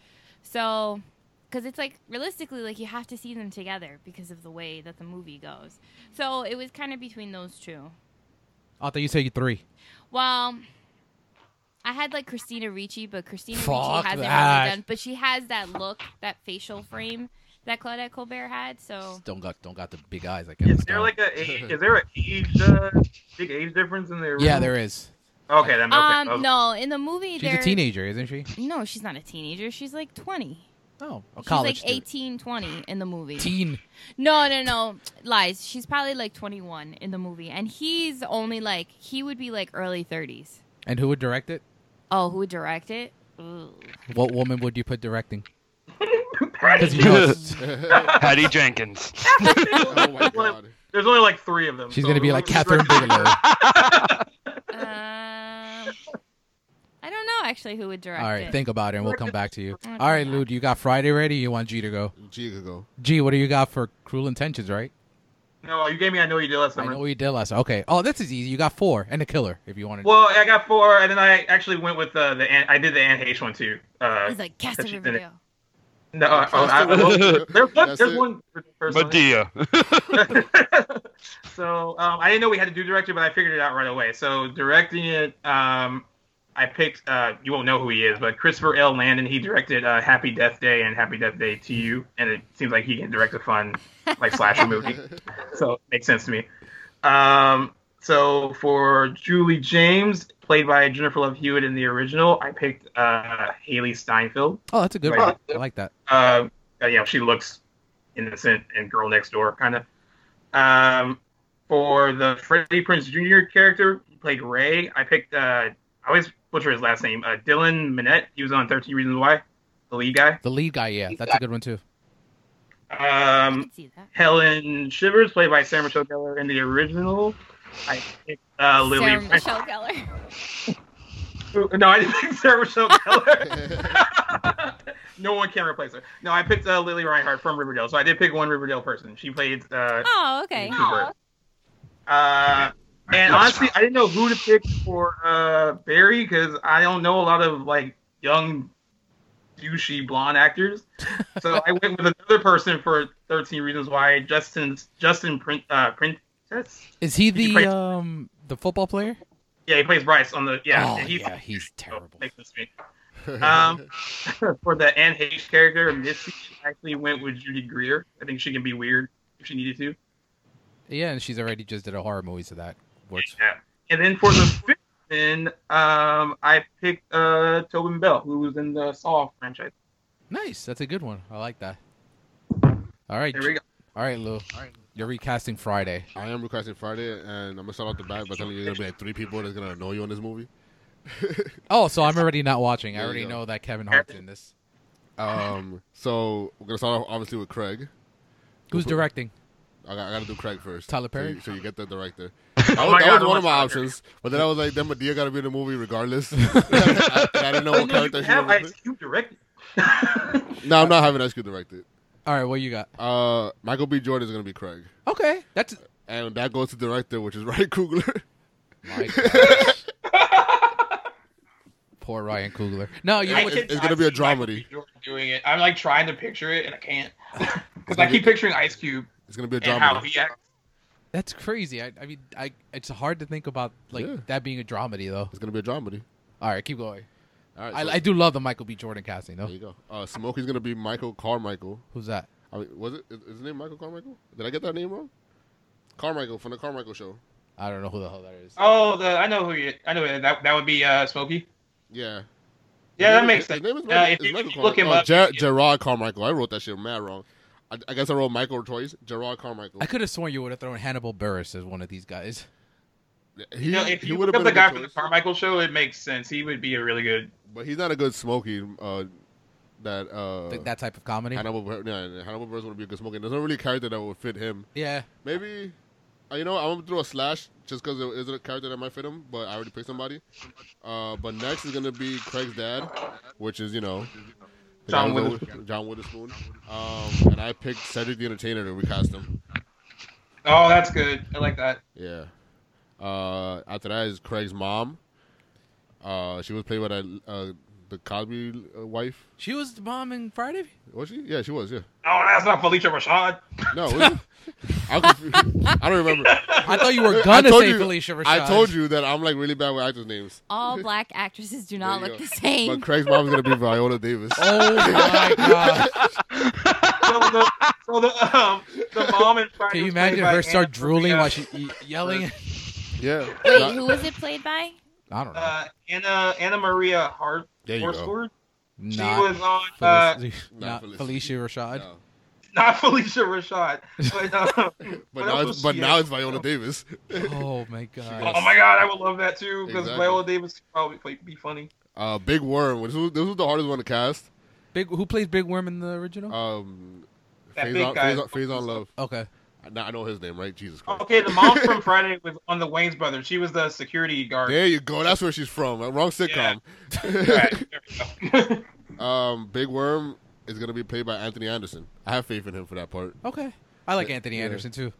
so because it's like realistically like you have to see them together because of the way that the movie goes so it was kind of between those two I thought you said you three. well i had like christina ricci but christina Fuck ricci hasn't that. really done but she has that look that facial frame that claudette colbert had so Don't got don't got the big eyes like Emma Is there Stone. like [laughs] a age- is there an age uh, big age difference in there? yeah, there is. Okay, then okay. um okay. no in the movie She's a there- teenager, isn't she? no she's not a teenager she's like 20 Oh, a she's college like 18 20 in the movie student. teen. No, no, no. Lies. She's probably like 21 in the movie. And he's only like, he would be like early 30s. And who would direct it? Oh, who would direct it? Ooh. What woman would you put directing? [laughs] Patty, [laughs] 'Cause you know it's- oh Hattie Jenkins. my god. There's only like three of them. she's so gonna be the like one who's Catherine directing- Bigelow. Um, I don't know actually who would direct All right, it. think about it, and we'll come back to you. Okay. All right, Lude, you got Friday ready. You want G to go? G could go. G, what do you got for Cruel Intentions? Right? No, you gave me. I know you did last I summer. know what you did last. Okay. Oh, this is easy. You got four and a killer. If you wanted. well, I got four, and then I actually went with uh, the Anne, I did the Anne H one too. Uh, He's like, Casa She's in it. Riverdale. No, I, oh, I, [laughs] well, there's one. That's There's it. one person. Medea. [laughs] so um, I didn't know we had to do director, but I figured it out right away. So directing it, um, I picked. Uh, you won't know who he is, but Christopher L. Landon. He directed uh, Happy Death Day and Happy Death Day to You, and it seems like he can direct a fun like [laughs] slasher movie. So it makes sense to me. Um, so for Julie James, played by Jennifer Love Hewitt in the original, I picked uh, Haley Steinfeld Oh, that's a good Right. one. I like that. uh, you know, she looks innocent and girl next door kind of. Um, for the Freddie Prince Jr. character, who played Ray. I picked. Uh, I always butcher his last name. Uh, Dylan Minette. He was on Thirteen Reasons Why, the lead guy. The lead guy, yeah, that's a good one too. I Um, can see that. Helen Shivers, played by Sarah Michelle Gellar in the original. I picked uh, Lily. Sarah Prince- Michelle [laughs] Gellar. No, I didn't pick Sarah Michelle Gellar. [laughs] no one can replace her. No, I picked uh, Lily Reinhardt from Riverdale. So I did pick one Riverdale person. She played uh, Oh, okay. Cooper. Uh, and honestly, I didn't know who to pick for uh, Barry because I don't know a lot of like young, douchey [laughs] blonde actors. So I went with another person for Thirteen Reasons Why. Justin's Justin Prin uh, Princess. Is he Did you the play- um the football player? Yeah, he plays Bryce on the yeah. oh, and he's, [laughs] yeah, he's terrible. Makes sense to me. [laughs] [laughs] Um, for the Anne H character, Missy I actually went with Judy Greer. I think she can be weird if she needed to. Yeah, and she's already just did a horror movie, so that works. Yeah. And then for the fifth one, um, I picked uh Tobin Bell, who was in the Saw franchise. Nice, that's a good one. I like that. All right, There we go. all right, Lou, you're recasting Friday. I am requesting Friday, and I'm gonna start out the bat by telling you there's gonna be like three people that's gonna annoy you on this movie. Oh, so I'm already not watching. I There you already go. know that Kevin Hart's in this. Um, so we're gonna start off obviously with Craig. Who's directing? I got, I got to do Craig first. Tyler So you- Perry? So, you get the [laughs] director. That was, Oh my that God, was I one of want my Tyler Perry. options, but then I was like, then Medea got to be in the movie [laughs] regardless. [laughs] I, I didn't know I what didn't know you character could she have was. Ice [laughs] Cube directed. No, I'm not having Ice Cube direct it. All right, what you got? Uh, Michael B. Jordan is gonna be Craig, Okay, [laughs] that's and that goes to director, which is [laughs] Ryan Coogler. my gosh. Poor Ryan Coogler. No, you know I what? could it's gonna not be a see Michael dramedy. Jordan doing it. I'm like trying to picture it and [laughs] I can't [laughs] because I keep picturing Ice Cube It's gonna be a and how drama. he acts. That's crazy. I, I mean, I it's hard to think about like Yeah. that being a dramedy though. It's gonna be a dramedy. All right, keep going. All right, I, so- I do love the Michael B. Jordan casting though. There you go. Uh, Smokey's gonna be Michael Carmichael. Who's that? I mean, was it is is his name Michael Carmichael? Did I get that name wrong? Carmichael from the Carmichael Show. I don't know who the hell that is. Oh, the I know who you. I know that that would be uh Smokey. Yeah. Yeah, His that name- makes his sense. name is Uh, Michael- if is you- Michael if you look him Carmichael. up- Oh, Ger- Gerard Carmichael. I wrote that shit mad wrong. I, I guess I wrote Michael twice. Gerard Carmichael. I could have sworn you would have thrown Hannibal Burris as one of these guys. He, You know, if he you would've look up the been a guy good from the choice, Carmichael show, it makes sense. He would be a really good. But he's not a good Smokey. Uh, that uh, Th- that type of comedy. Hannibal. Bur- Yeah, Hannibal Buress would be a good Smokey. There's not really a character that would fit him. Yeah. Maybe. Uh, you know, I'm gonna throw a slash just because it is a character that might fit him, but I already picked somebody. Uh, but next is gonna be Craig's dad, which is you know the guy John with the- Witherspoon. John Witherspoon. Um, and I picked Cedric the Entertainer to recast him. Oh, that's good. I like that. Yeah. Uh, after that is Craig's mom. Uh, she was played by that, uh, the Cosby uh, wife. She was the mom in [laughs] Friday. Was she? Yeah, she was. Yeah. Oh, that's not Felicia Rashad. No, was [laughs] it? I'm confused. I don't remember. I thought you were I gonna told say you- Felicia Rashad. I told you that I'm like really bad with actors' names. All black actresses do not There you look go. the same. But Craig's mom's gonna be Viola Davis. Oh [laughs] my god! so the so the um [laughs] the mom and Friday Can you was played imagine by her start Anna drooling Maria, while she y- yelling? Yeah. Wait, Not- who was it played by? [laughs] I don't know. uh, Anna Anna Maria Hart there you go. Horsford. She not, was on uh, Felici- [laughs] Nah, not Felici- Felicia Rashad. No. not [laughs] Felicia Rashad, [laughs] but uh, But What now, else it's, was but she now in? it's Viola Davis. Oh my oh god! my god, I would love that too because Exactly. Viola Davis could probably play, be funny. Uh, Big Worm. This was, this was the hardest one to cast. Big who plays Big Worm in the original? Um, That Phase big on, guy. Phase on, Phase on Love. okay. I- Now I know his name, right? Jesus Christ. Okay, the mom [laughs] from Friday was on the Wayne's Brothers. She was the security guard. [laughs] There you go. That's where she's from. Uh, Wrong sitcom. [laughs] Right, there we go. um, Big Worm is gonna be played by Anthony Anderson. I have faith in him for that part. Okay. I like Yeah, Anthony yeah. Anderson too.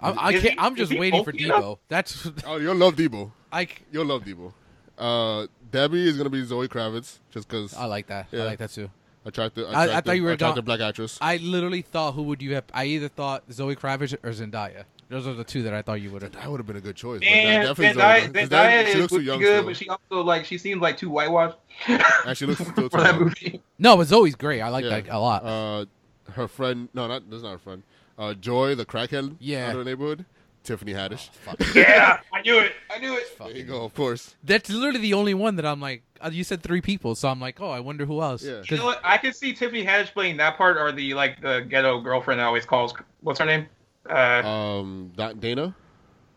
I'm, I Is can't, he- I'm is just he waiting for old enough? Debo. That's [laughs] Oh, you'll love Debo. I. You'll love Debo. Uh, Debbie is gonna be Zoe Kravitz, just cause. I like that. Yeah. I like that too. Attractive, I- I attractive thought you were attractive gone- black actress. I literally thought who would you have? I either thought Zoe Kravitz or Zendaya. Those are the two that I thought you would have. that would have been a good choice. but And that definitely Zendaya, is over. 'Cause that- Zendaya she looks too would be young. good, still. but she also like she seems like too whitewashed. [laughs] And she looks [laughs] still too for that young. movie. No, but Zoe's great. I like Yeah. that a lot. Uh, her friend, no, not that's not her friend. Uh, Joy, the crackhead, Yeah. Oh, out of the neighborhood. Tiffany Haddish. [laughs] Yeah, I knew it. I knew it. there you go. Of course. That's literally the only one that I'm like. uh, You said three people, so I'm like, oh, I wonder who else. Yeah. You know what? I could see Tiffany Haddish playing that part, or the like the ghetto girlfriend I always calls. What's her name? Uh, Um, Da- Dana.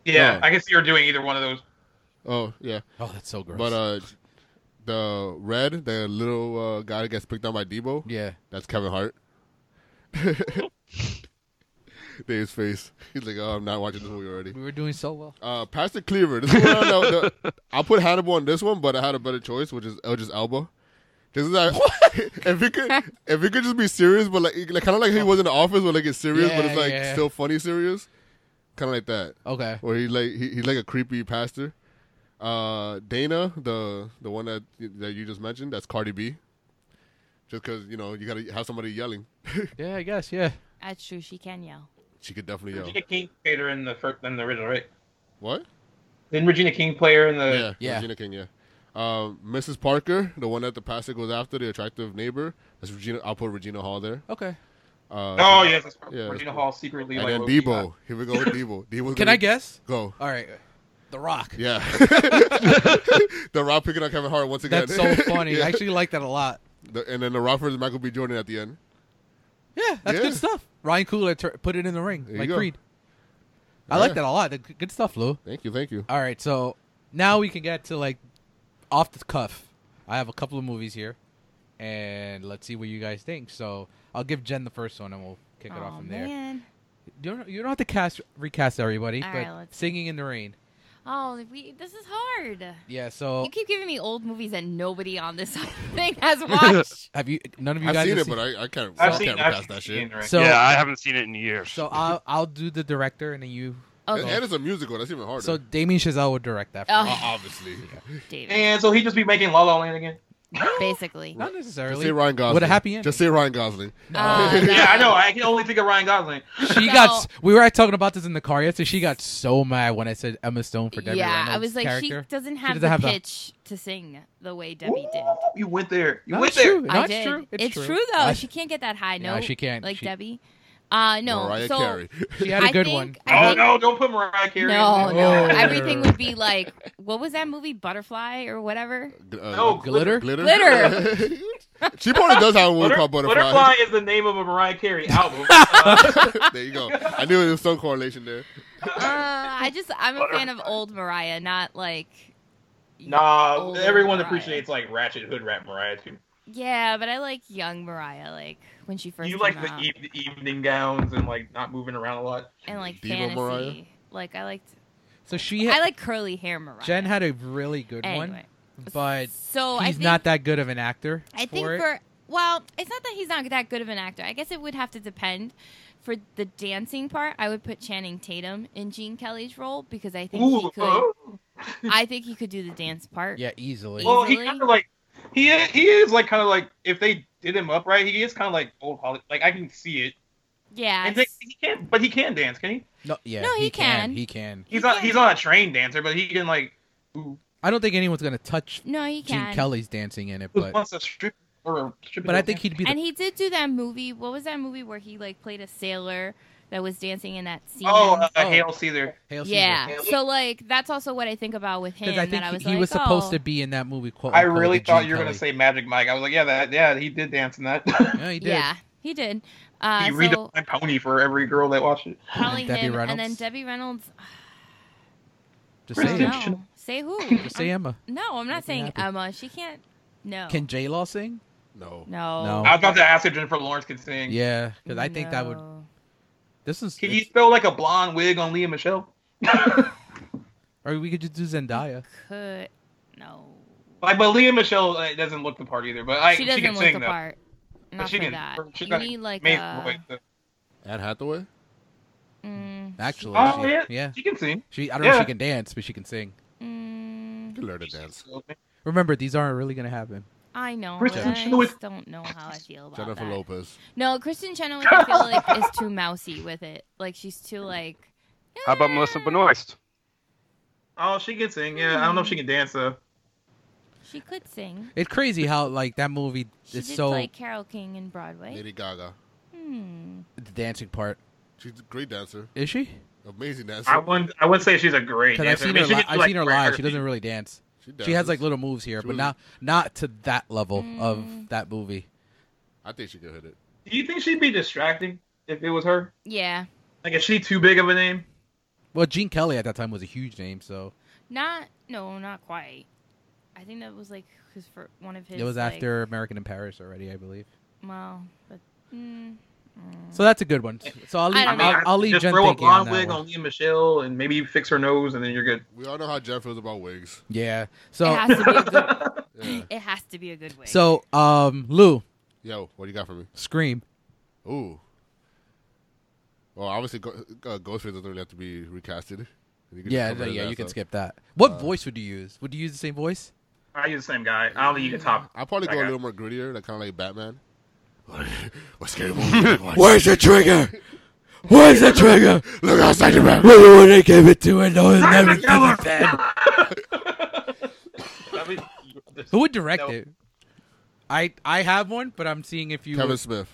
yeah, oh. I could see her doing either one of those. Oh yeah. Oh, that's so gross. But uh, the red, the little uh, guy that gets picked on by Debo. yeah. That's Kevin Hart. [laughs] Dave's face. He's like, oh, I'm not watching this movie already. We were doing so well. Uh, Pastor Cleaver. This is one I, know- the- I put Hannibal on this one, but I had a better choice, which is Elgis Alba. Just like, [laughs] if we could, if we could just be serious, but like, like kind of like he was in the office, where like it's serious, but Yeah, it's like yeah. still funny serious, kind of like that. Okay. Or he like he, he's like a creepy pastor. Uh, Dana, the the one that that you just mentioned, that's Cardi B. Just because you know you gotta have somebody yelling, [laughs] Yeah, I guess. Yeah. That's true. She can yell. she could definitely Regina yell. King played her in the first, in the original, right? What? Didn't Regina King play her in Yeah, the? Yeah. Regina King. Yeah, um, Mrs. Parker, the one that the pastor goes after, the attractive neighbor. That's Regina. I'll put Regina Hall there. Okay. Uh, Oh yes, that's Yeah, that's Regina cool. Hall secretly and like then low-key Debo. Here we go with Debo. Debo. Can I guess? Go. All right. The Rock. [laughs] Yeah. the Rock picking up Kevin Hart once again. That's [laughs] so funny. Yeah. I actually like that a lot. The- and then the Rock versus Michael B. Jordan at the end. Yeah, that's Yeah. good stuff. Ryan Coogler tur- put it in the ring There you like go. Creed. I like Yeah. that a lot. That's Good stuff, Lou. Thank you. Thank you. All right, so now we can get to like off the cuff. I have a couple of movies here, and let's see what you guys think. So I'll give Jen the first one, and we'll kick it off Oh from there. man. You don't, you don't have to cast recast everybody, All but right, let's- Singing in the Rain. Oh, we, this is hard. Yeah. So You keep giving me old movies that nobody on this [laughs] thing has [laughs] watched. have you? None of you I've guys seen have it, but I, I can't. I've I seen. can't I've pass seen that Regina, shit. right? So yeah, I haven't seen it in years. so I'll I'll do the director, and then you. And, Okay. and it's a musical. That's even harder. So Damien Chazelle would direct that. For Oh. me. O- obviously, David. and so he just be making La La [laughs] Land again. [gasps] Basically. Not just necessarily. say Ryan Gosling. With a happy ending. Just say Ryan Gosling. [laughs] Uh, no. Yeah, I know. I can only think of Ryan Gosling. She So- got. s- We were talking about this in the car yesterday. She got so mad when I said Emma Stone for Debbie yeah, Reynolds' I was like, character. she doesn't have doesn't the have the- pitch to sing the way Debbie did. Ooh, You went there. You No, went it's there. true. No, I it's did. true. It's true. though. I- she can't get that high No, note. she can't. Like She- Debbie. Uh, no. Mariah so Carey. She had a I good think- one. I Oh think- no! Don't put Mariah Carey. No, in no. Whoa. Oh, Everything would be like, what was that movie, Butterfly or whatever? G- uh, No, Glitter? Glitter. Glitter. [laughs] she probably does have a movie Butter- called Butterfly. Oh. Butterfly is the name of a Mariah [laughs] Carey album. Uh, there you go. I knew there was some correlation there. Uh, I just, I'm a fan of old Mariah, not like. nah, Old everyone Mariah. appreciates like ratchet hood rap Mariah too. Yeah, but I like young Mariah, like when she first you came like the, out, e- the evening gowns and like not moving around a lot. and like Diva fantasy. Mariah? Like I liked, so she. I Had, like curly hair Mariah. Jen had a really good one, anyway. but so I he's think not that good of an actor. I think for, for, it. well, it's not that he's not that good of an actor. I guess it would have to depend. For the dancing part, I would put Channing Tatum in Gene Kelly's role because I think he Ooh, could. oh. I think he could do the dance part. yeah, easily. Well- Well, he Easily. kind of like he is, he is like kind of like if they did him up right, he is kind of like old Hollywood. Like I can see it, Yeah. and they, he can't, but he can dance, can he? no, yeah, No, he can. He can. He's He not can. he's not a trained dancer, but he can like. Ooh, I don't think anyone's gonna touch no, he Gene can. Kelly's dancing in it, but, but once a strip or a strip but I think he'd be. The, And he did do that movie. What was that movie where he like played a sailor that was dancing in that scene? Oh, uh, Oh. Hail Caesar. Hail Caesar. yeah. Caesar. So like that's also what I think about with him. Because I that think I was he like, was supposed oh. to be in that movie. Quote, I unquote, really with thought Gene you were gonna Kelly. say Magic Mike. I was like, yeah, that, yeah, he did dance in that. [laughs] Yeah, he did. Yeah, he did. Uh, he so redefined Pony for every girl that watched it. probably Debbie him, and then Reynolds? Debbie Reynolds. Just I say, don't it. Kristen- know. [laughs] Say who? Um, just say Emma. [laughs] No, I'm Make not me saying happy. Emma. She can't. No. Can J Law sing? No. no. No. I was about to ask if Jennifer Lawrence could sing. Yeah, because I think that would. No. This is. Can you throw like a blonde wig on Leah Michelle? Or we could just do Zendaya. Could. No. Like, but Leah Michelle like, doesn't look the part either. But like, she she, doesn't can look sing the though. part. Not she for can- that. she's you got a need like uh, Amazing a. voice, though. Anne Hathaway. Mm, Actually, Oh she- yeah, yeah. she can sing. She. I don't know if Yeah. she can dance, but she can sing. mm, You can learn to dance. Remember, these aren't really gonna happen. I know. Kristen and I Chenoweth. just don't know how I feel about Jennifer that. Lopez. No, Kristen Chenoweth I feel like is too mousy with it. Like she's too like. How about Melissa "Ah." Benoist? Oh, she can sing. Yeah, I don't know if she can dance though. She could sing. It's crazy how like that movie She is did so play Carol King in Broadway. Lady Gaga. Hmm. the dancing part. She's a great dancer. Is she? Amazing dancer. I wouldn't. I wouldn't say she's a great. Because I've dancer. I seen mean, her. she Li- can do, I've like, seen her live. She choreography. doesn't really dance. She dances. has like little moves here, She but was- not not to that level Mm. of that movie. I think she could hit it. Do you think she'd be distracting if it was her? Yeah. Like, is she too big of a name? Well, Gene Kelly at that time was a huge name, so Not. No, not quite. I think that was like his for one of his. it was like, after American in Paris already, I believe. Well, but. Mm, mm. So that's a good one. So I'll I leave. don't know. I'll, I'll leave just Jen throw a thinking on blonde that wig one. on Leah Michelle and maybe fix her nose, and then you're good. We all know how Jen feels about wigs. Yeah. it So has to be [laughs] a good. Yeah. Mm. It has to be a good way. so um Lou Yo, what do you got for me? scream. Ooh. Well, obviously, Go- uh, Ghostface doesn't really have to be recasted. You can just Yeah, cover his yeah, ass you can up. skip that. What Uh, voice would you use? Would you use the same voice? I use the same guy. I don't think you can top. I'll probably that go a guy. little more grittier, like kind of like Batman. [laughs] What's scary movie? [laughs] Where's the trigger? Where's the trigger? Look outside your back. We want to give it to another Simon [laughs] That'd be- Who would direct Nope. it? I I have one, but I'm seeing if you. Kevin would- Smith.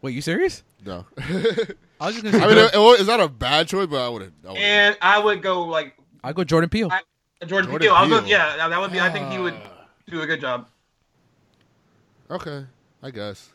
Wait, you serious? No. [laughs] I I was just gonna say. mean, Jordan- it, it, was- it's not a bad choice, but I wouldn't. I wouldn't. And I would go like I'll go Jordan Peele. I- Jordan, Jordan Peele. I was gonna- Peele. yeah, that- that would be. I think he would do a good job. Okay, I guess.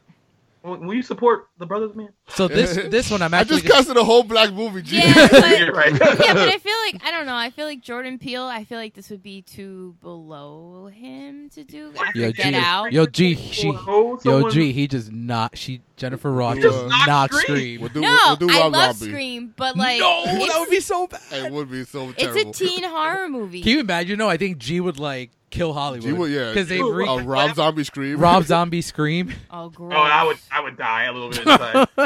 Will, will you support the brothers, man? So [laughs] this this one I'm I actually. just casted a whole black movie. G. [laughs] Yeah, [laughs] but You're right. yeah, [laughs] but I feel like I don't know. I feel like Jordan Peele. I feel like this would be too below him to do after Yo, Get G- Out. Yo, G, she, Hold yo, someone- G, he just not. She Jennifer Ross He does just not, knocked Scream. scream. We'll do, no, we'll do I Rob love Zombie. Scream, but [laughs] like no, it's, that would be so bad. It would be so it's terrible. a teen horror movie. Can you imagine? No, I think G would like kill Hollywood. G would- yeah. Oh. because they Ooh, re- A Rob Zombie scream. Rob Zombie scream. [laughs] oh, gross. Oh, I would. I would die a little bit inside. [laughs]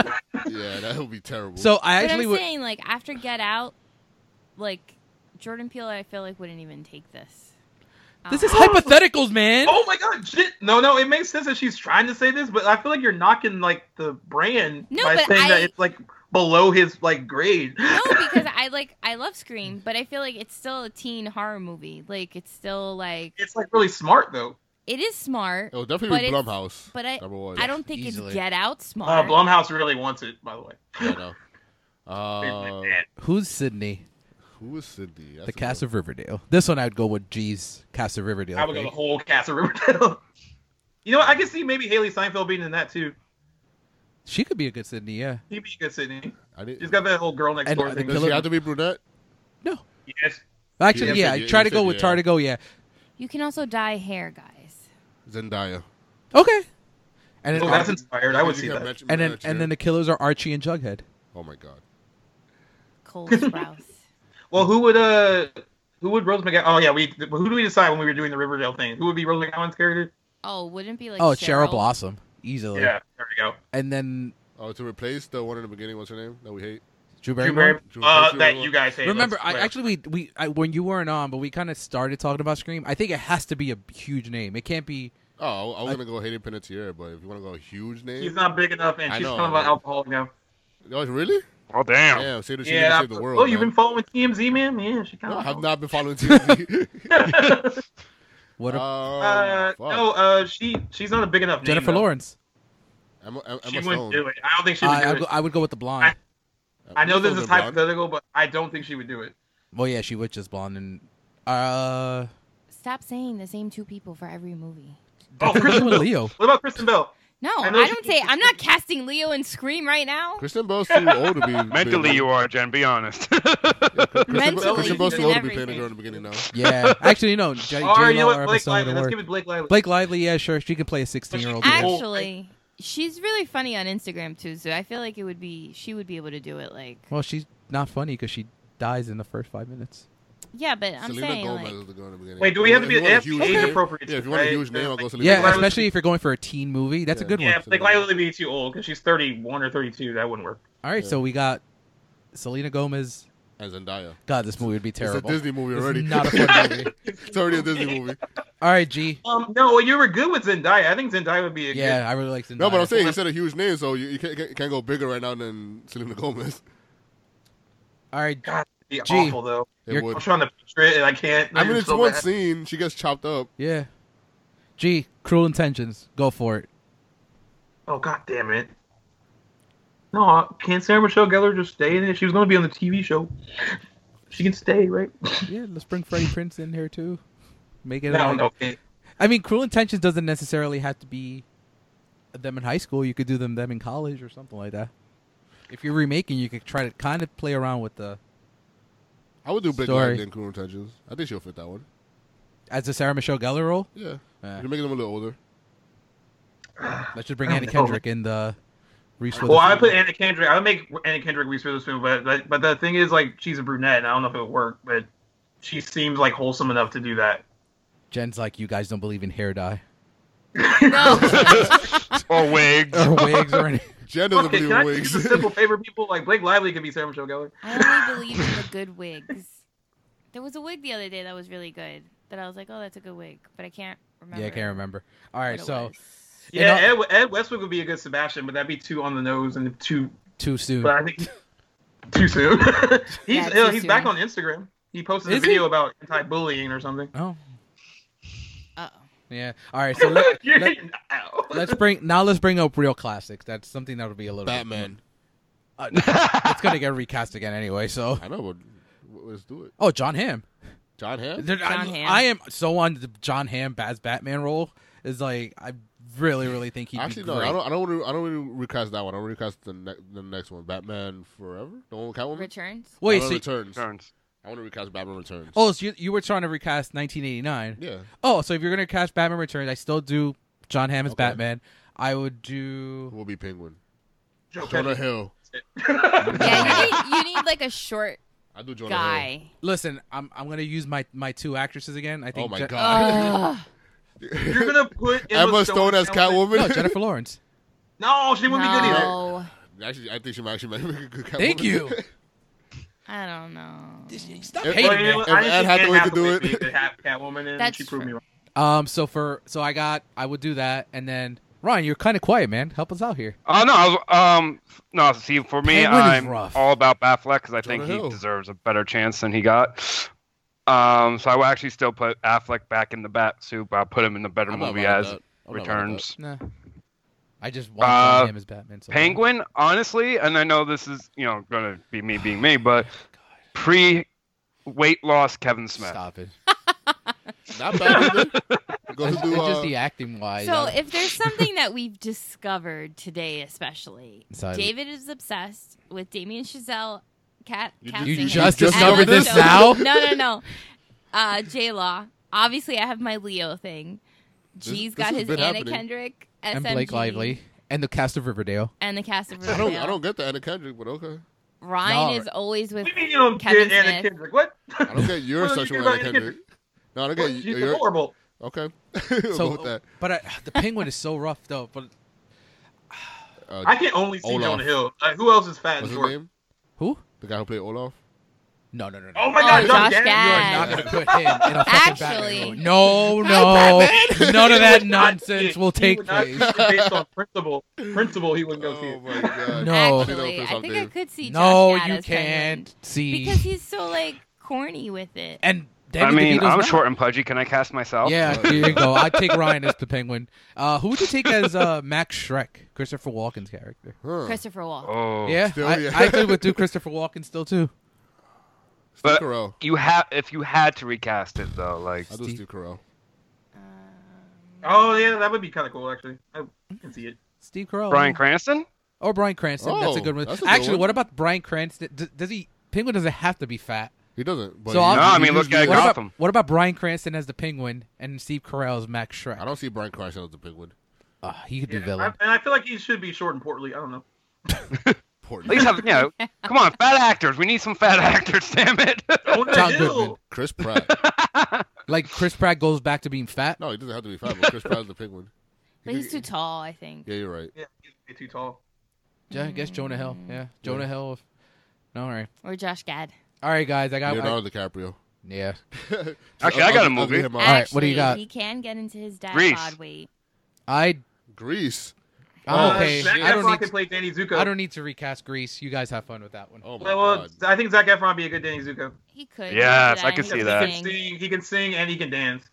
yeah, that would be terrible. So I But actually I'm would. saying like after Get Out, like Jordan Peele, I feel like wouldn't even take this. This Um, is hypotheticals, man. oh my god! Shit. No, no, it makes sense that she's trying to say this, but I feel like you're knocking like the brand No, by but saying I- that it's like below his like grade. [gasps] no because I like I love Scream, but I feel like it's still a teen horror movie. Like it's still like It's like really smart though. it is smart, it would definitely be but it's- Blumhouse. but I number one. I don't think Oh, Easily. it's Get Out Uh, smart. Blumhouse really wants it, by the way. [laughs] Yeah, no. Uh, Man, Who's Sydney? who is Cindy? That's the a cast of Riverdale. This one I'd go with G's cast of Riverdale. I would go right? the whole cast of Riverdale. [laughs] you know, what? I can see maybe Haley Seinfeld being in that too. She could be a good Sydney, yeah. He'd be a good Sydney. good- I didn't, He's got that whole girl next And door the thing. does she have to be brunette? Yes. Actually, yeah, Yeah, yeah, try you to go said with yeah. Tardigo, yeah. You can also dye hair, guys. Zendaya. Okay. And then, Oh, that's inspired. I would You see can that. match- and then match and her. then the killers are Archie and Jughead. oh my god. [laughs] Cole Sprouse. Well, who would uh, who would Rose McGowan? Oh yeah, we who do we decide when we were doing the Riverdale thing? Who would be Rose McGowan's character? oh, wouldn't it be like oh, Cheryl, Cheryl Blossom, easily. Yeah, there we go. And then Oh, to replace the one in the beginning, what's her name? That we hate. Drew Drew Barrymore. Barry, Drew uh, Barrymore. that you guys hate. Remember, Let's- I wait. actually we we I, when you weren't on, but we kind of started talking about Scream. I think it has to be a huge name. It can't be. Oh, I, I was I- gonna go Hayden Panettiere, but if you wanna go huge she's name, not big enough, and I she's know. talking about alcohol now. oh really? Oh damn! Yeah, say that she Yeah. didn't save the world. oh, you've man. been following TMZ, man. Yeah, she kind No, I of. Oh. have not been following [laughs] Um, TV. [laughs] What a, Oh, uh, no, uh, she she's not a big enough. Jennifer name, though. Lawrence. Emma, Emma She Stone. Uh, wouldn't do it. I don't think she would I, do I, it. go, I would go with the blonde. Emma I know this Stone's is a blonde. hypothetical, but I don't think she would do it. well, yeah, she was just blonde and uh. Stop saying the same two people for every movie. Oh, That's the thing Kristen with [laughs] Bell. Leo. What about Kristen Bell? No, I I, know she don't can say. do I'm not casting Leo and Scream right now. Kristen Bell's too [laughs] old to be [laughs] Mentally, you are, Jen. Be honest. [laughs] [laughs] Kristen, Mentally, Kristen Bell's too you old did to be playing a everything. girl in the beginning now. Yeah, actually, no. J- J- Or you know what? Or Blake Emma Stone Lively. would Let's work. give it Blake Lively. Blake Lively, yeah, sure, she could play a sixteen-year-old. Actually- girl. Actually, she's really funny on Instagram too. So I feel like it would be she would be able to do it. Like, Well, she's not funny because she dies in the first five minutes. yeah, but I'm Selena saying Gomez like, is the girl in the beginning. Wait, do we have to If be you want a if huge age name- appropriate? Yeah, if you want a right? huge name, I'll go Selena Yeah, Gomez. especially if you're going for a teen movie, that's a Yeah. good Yeah, one. Selena Blake Gomez. Lively would be too old because she's 31 or 32. [laughs] That wouldn't work. All right, so we got Selena Gomez. and Zendaya. God, this movie would be terrible. It's a Disney movie [laughs] It's already. not a fun movie. [laughs] [laughs] it's already a Disney movie. All right, G. Um, no, well, you were good with Zendaya. I think Zendaya would be a Yeah, I really like Zendaya. No, but I'm saying he said a huge name, so you, you can't, can't go bigger right now than Selena Gomez. All right, good. God, it'd be Gee. awful though. It You're- would. I'm trying to picture it and I can't. I mean, it's so one bad. scene. She gets chopped up. yeah. G. Cruel Intentions. Go for it. Oh god damn it! No, uh, can Sarah Michelle Gellar just stay in it? She was going to be on the TV show. She can stay, right? Yeah, let's bring Freddie Prince in here too. Make it. No, like- no. it- I mean, Cruel Intentions doesn't necessarily have to be them in high school. You could do them them in college or something like that. If you're remaking, you could try to kind of play around with the I would do Big Sorry. Light than Cruel Intentions. I think she'll fit that one. as a Sarah Michelle Gellar role. Yeah. Uh, You're making them a little older. let's just bring I don't Anna know. Kendrick in the. Reese Oh, Well, I would Witherspoon. put Anna Kendrick. I would make Anna Kendrick Reese Witherspoon, but, but but the thing is, like, she's a brunette, and I don't know if it would work. But she seems like wholesome enough to do that. Jen's like, you guys don't believe in hair [laughs] dye [laughs] or wigs. or wigs or anything. Jen doesn't Okay, believe can in I wigs. just [laughs] a simple favor, people? Like Blake Lively could be Sarah Michelle Gellar. I only believe in the good wigs. There was a wig the other day that was really good that I was like, oh, that's a good wig, but I can't remember. Yeah, I can't remember. All right, what it so was. Yeah, And Ed, Ed Westwood would be a good Sebastian, but that'd be too on the nose and too. too soon. But I think too soon. he's Yeah, he'll- too he's soon. back on Instagram. He posted a Is video about anti-bullying or something. Oh, Uh-oh. yeah. All right, so let, [laughs] [laughs] You're- let, ow. us bring now. Let's bring up real classics. That's something that'll be a little bit Batman. more- Uh, no, it's gonna get recast again anyway. So, I know, but w- let's do it. oh, John Hamm. John Hamm? There- I, John Hamm. I am so on the John Hamm as Batman role. Is like I really, really think he'd Actually, be no. great. I don't. I don't want to. I don't want to recast that one. I want to recast the, ne- the next one. Batman Forever. The one with [laughs] Catwoman. Returns? Wait, Batman so, Returns. Turns. I want to recast Batman Returns. oh, so you, you were trying to recast 1989? Yeah. Oh, so if you're gonna cast Batman Returns, I still do John Hamm as Okay. Batman. I would do. We'll be Penguin. Joe Jonah Pesci. Hill. Yeah, you need, you need like a short I do Jonah [laughs] Hill. guy. Listen, I'm I'm gonna use my my two actresses again. I think. Oh my Je- [laughs] god. [laughs] You're gonna put [laughs] Emma, Emma Stone as Catwoman. [laughs] No, Jennifer Lawrence. No, she wouldn't be good either. No, [laughs] Actually, I think she might actually make a good Catwoman. Thank you. I don't know. Stop If- hating Well, you me. know, If I didn't Anne think Hathaway could do Hathaway it. could be a Cat- Catwoman, and That's she proved me true. wrong. Um, so for so I got I would do that, and then Ryan, you're kind of quiet, man. Help us out here. Oh no, I was, um, no. See, for me, Penguin is I'm rough. all about Batfleck because I think Jonah he Hill. deserves a better chance than he got. Um, so I will actually still put Affleck back in the bat suit. but I'll put him in the [laughs] better I'm not movie mad at as that. I'm not mad at Returns. Nah. I just want Uh, him as Batman. So Penguin, honestly, and I know this is you know gonna be me being me, but pre weight loss Kevin Smith. Stop it. that. Not bad. [laughs] either. Go It's, to do. it's just Uh, the acting wise. Um, So if [laughs] there's something that we've discovered today, especially Silent. David is obsessed with Damien Chazelle cat You just- casting. you him just as discovered Emma this Stone. now? [laughs] No, no, no. Uh, J Law. Obviously, I have my Leo thing. This- G's this got has his been Anna happening. Kendrick, SMG, and Blake Lively and the cast of Riverdale. and the cast of I don't. I Riverdale. don't get the Anna Kendrick, but okay. Ryan No. is always with What do you mean you don't Kevin get Anna Smith. Kendrick? What? [laughs] [laughs] I don't get your What do you sexual do about Anna Anna Kendrick. No, I don't get She's your. horrible. Okay. [laughs] So, we'll go with that. but I, the Penguin is so rough though. But Uh, I can only see Olaf. Jonah Hill. Like, who else is fat and what's his short? name? who? The guy who played Olaf. No, no, no, no. Oh my Oh, god, Josh Gad- Gad. You are not gonna put him in a fucking Actually- Batman. role. No, [laughs] no, none of that nonsense [laughs] will He take would not place. see it [laughs] based on principle. Principle, he wouldn't go see Oh it. my god. No. Actually, Don't piss I off think I Dave. could [laughs] see. No, Josh Gad you as Penguin. can't see because he's so like corny with it. and Danny I mean, DeVito's I'm not. short and pudgy. Can I cast myself? Yeah, there you go. I take Ryan as the penguin. Uh, who would you take as uh, [laughs] Max Shrek, Christopher Walken's character? Huh. Christopher Walken. Oh. yeah, still, I, yeah. I did would do Christopher Walken still too. Steve But- Carell. You have if you had to recast it though, like I do Steve- Steve Carell. [laughs] Oh yeah, that would be kind of cool actually. I can see it. Steve Carell, Brian Cranston. or Brian Cranston. that's a Oh, good one. that's a good Actually, one. what about Brian Cranston? D- does he penguin doesn't have to be fat? He doesn't. But So he- I'll- No, I mean, look usually- at What about, Gotham. what about Brian Cranston as the penguin and Steve Carell as Max Shrek? I don't see Brian Cranston as the big one. Uh, he could Yeah, do I, villain. and I feel like he should be short and portly. I [laughs] don't know. At Important. least have you know. [laughs] Come on, fat actors. We need some fat [laughs] actors. Damn it. Jonah John Hill. Goodman. Chris Pratt. Like Chris Pratt goes back to being fat. No, he doesn't have to be fat, but Chris Pratt's the big one. But he's too tall, I think. Yeah, you're right. Yeah, he's way too tall. Yeah, I guess Jonah Hill. Yeah, Jonah Hill. If... No, all right, Or Josh Gad. all right, guys. I got. I- Leonardo DiCaprio. Yeah. Actually, I got Ugly- a ugly movie. him uh, out. All right, what do you Actually, got? We can get into his dad Grease. bod weight. I Grease. I'm Oh, okay. shit. Zach I don't Uh, Efron need can to, play Danny Zuko. I don't need to recast Grease. You guys have fun with that one. Oh my Well, well, god. I think Zach Efron would be a good Danny Zuko. He could. Yes, he could I could add see his that. He can thing. sing, he can sing and he can dance.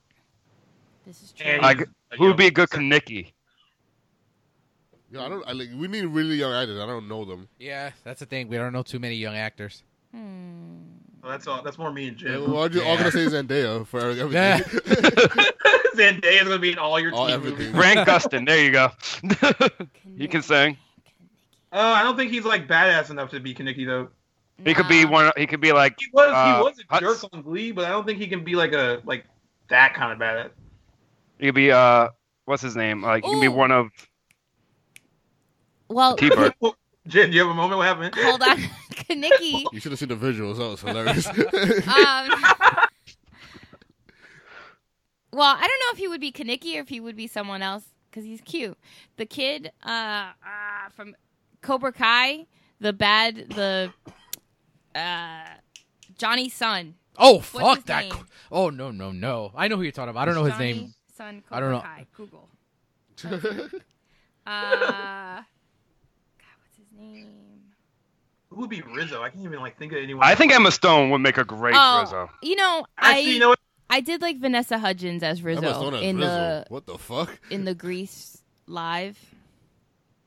This is true. And I he's a Who would be a young good person. Kaneki? Yo, I don't. I, like, we need really young actors. I don't know them. Yeah, that's the thing. We don't know too many young actors. Hmm. Well, that's all. That's more me and [laughs] Like, Jim. why'd you all gonna say Zendaya for everything? Yeah. Zendaya's gonna be in all your [laughs] All team everything. movies. Grant Gustin. There you go. [laughs] He can sing. Uh, I don't think he's like badass enough to be Kaneki though. he could be Nah. one. He could be like He was Uh, he was a Hutz- jerk on Glee, but I don't think he can be like a like that kind of badass. [laughs] he could be uh what's his name? Like he could be Ooh. one of Well, T-Bird. Jim, do you have a moment? What happened? [laughs] hold on, [laughs] Kaniki. You should have seen the visuals. That was hilarious. [laughs] Um. [laughs] Well, I don't know if he would be Kaniki or if he would be someone else because he's cute. The kid uh, uh, from Cobra Kai, the bad, the uh, Johnny's son. Oh What's fuck his that! name? qu- Oh no no no! I know who you're talking about. I don't know his Johnny name. Son Cobra I don't know. Kai. Google. Uh, [laughs] God, what's his name? Who would be Rizzo? I can't even like think of anyone. I think Emma Stone would make a great Oh. Rizzo. You know, actually, I you know what? I did like Vanessa Hudgens as That must Rizzo known as in the What the fuck? in the Grease live.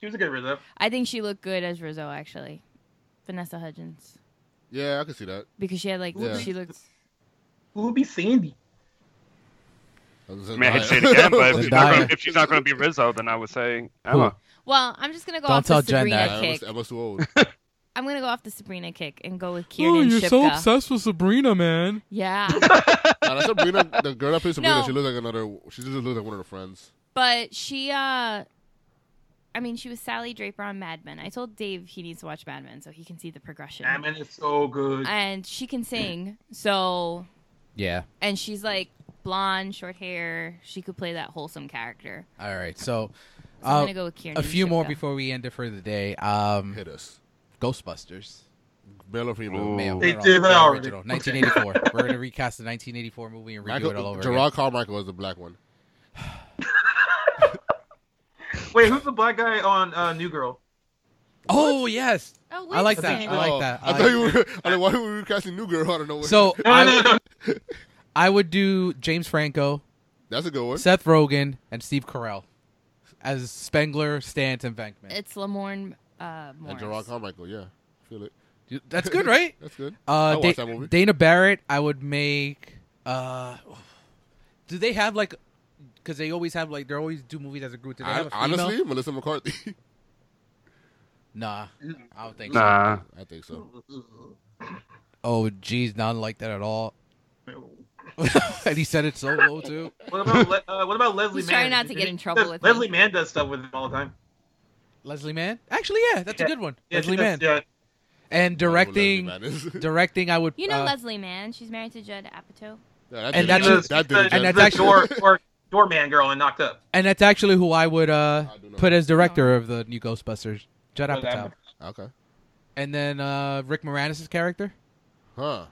She was a good Rizzo. I think she looked good as Rizzo actually, Vanessa Hudgens, Yeah, I can see that. because she had like Yeah. she looked. Who would be Sandy? Uh, I mean, I'd [laughs] say it again, but if she's, not gonna, if she's not going to be Rizzo, then I would say Emma. Well, I'm just gonna go Don't off tell the Jen Sabrina that. Nah, Emma's, kick. Emma's too old. I'm gonna go off the Sabrina kick and go with Oh, Kieran Shipka. with Sabrina, man. Yeah, Nah, that's Sabrina. The girl that plays Sabrina, No. she looks like another. She just looks like one of her friends. but she, uh I mean, she was Sally Draper on Mad Men. I told Dave he needs to watch Mad Men so he can see the progression. Batman is so good. And she can sing, so Yeah. and she's like blonde, short hair. She could play that wholesome character. All right. So, So I'm uh, gonna go with Kieran. a few more Shipka. before we end it for the day. Um, Hit us, Ghostbusters. male or female. Ooh. Male. They We're on did the that already. original, Okay. 1984. We're gonna recast the 1984 movie and redo Michael, it all over Gerard again. Carmichael was the black one. Wait, who's the black guy on uh, New Girl? Oh yes, Oh, I like wait a that. second. I like that. I, I thought you were. I like, why were we casting new girl? I don't know. What, so [laughs] No, I, no, no, no. I would do James Franco, [laughs] that's a good one. Seth Rogen, and Steve Carell as Spengler, Stant, and Venkman. It's Lamorne uh, And Morris. Gerard Carmichael. Yeah, I feel it. That's good, right? That's good. Uh, I Da- watched that movie. Dana Barrett, I would make. Uh, do they have like? Because they always have like they always do movies as a group. Do they I, have a female? honestly, Melissa McCarthy. [laughs] nah, Mm-hmm. I don't think so. Nah. I think so. Oh, geez, not like that at [laughs] all. [laughs] and he said it so low too. What about Le- uh, what about Leslie? He's trying Mann? not to get in trouble Does- with me. Leslie Mann does stuff with him all the time. Leslie Mann, actually, yeah, that's a Yeah. good one. Yeah, she Leslie Mann does, yeah. and directing, I don't know who Leslie Mann is. directing. I would. You know uh, Leslie Mann. She's married to Judd Apatow. [laughs] Yeah, that and did it. that's a- that did the, it, and Jen. that's [laughs] actually- door, door, doorman girl and knocked up. and that's actually who I would uh, I do know. put as director of the new Ghostbusters, Judd Judd Apatow, Apatow. okay. and then uh, Rick Moranis' [laughs] character. Huh.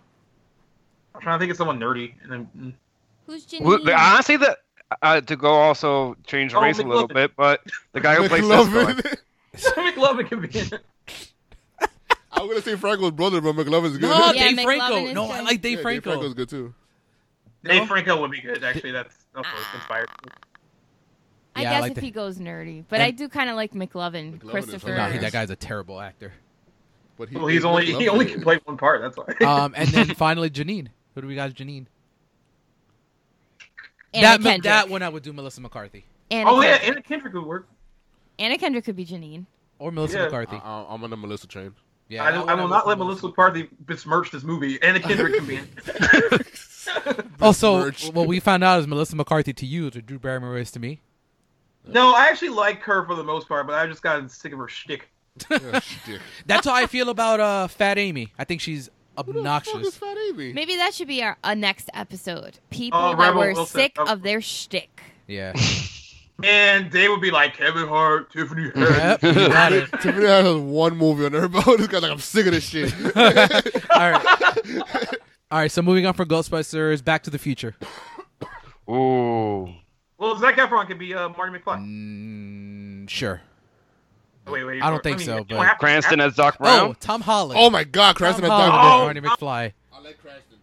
I'm trying to think of someone nerdy. And then, mm. [laughs] Who's Janine? Who, the- honestly, the uh, to go also change the Oh, race a little McLovin. bit, but the guy [laughs] who plays Cisco, McLovin. McLovin can be. in it. I was gonna say Franco's brother, but McLovin's good. [laughs] No, Yeah, Dave McLovin Franco. is No, good. I like Yeah, Dave Dave Franco. Franco's good too. Dave No? Franco would be good. Actually, that's that's Ah. what's inspired. I Yeah, I guess like if the- he goes nerdy, but And- I do kind of like McLovin, McLovin is Christopher. Nah, hilarious. he- that guy's a terrible actor. But he, Well, he's only he McLovin. only can play one part. That's why. Um, and [laughs] then finally Janine. Who do we got? as Janine. Anna that Kendrick. that one I would do Melissa McCarthy Anna, oh yeah, Kendrick. Anna Kendrick would work. Anna Kendrick could be Janine. or Melissa Yeah. Uh, I, McCarthy. I, I'm on the [laughs] Melissa train. yeah, I, that don't- one I will would not do let Melissa McCarthy besmirch this movie. Anna Kendrick can be. in [laughs] it. Also, Merch. Oh, what we found out is Melissa McCarthy to you is what Drew Barrymore is to me. no, I actually like her for the most part, but I just got sick of her shtick. Yeah, shit. That's how I feel about uh, Fat Amy. I think she's Who the fuck is obnoxious. Fat Amy? Maybe that should be our a next episode. People Oh, that Rebel were Wilson. sick Oh. of their shtick. Yeah. And they would be like Kevin Hart, Tiffany Haddish. Yep, you got it. [laughs] Tiffany [laughs] has one movie on her about this guy. Like I'm sick of this shit. All right. All right, so moving on from Ghostbusters, Back to the Future. Ooh. Well, Zach Efron could be uh, Marty McFly. Oh, Mm, sure. Wait, wait. I don't wait, think mean, so, you but- don't have to- Cranston as Doc Oh, Brown. Tom Holland. [laughs] Oh my God, Cranston and Tom Doc Holland, Brown. Brown. Marty McFly I like Cranston.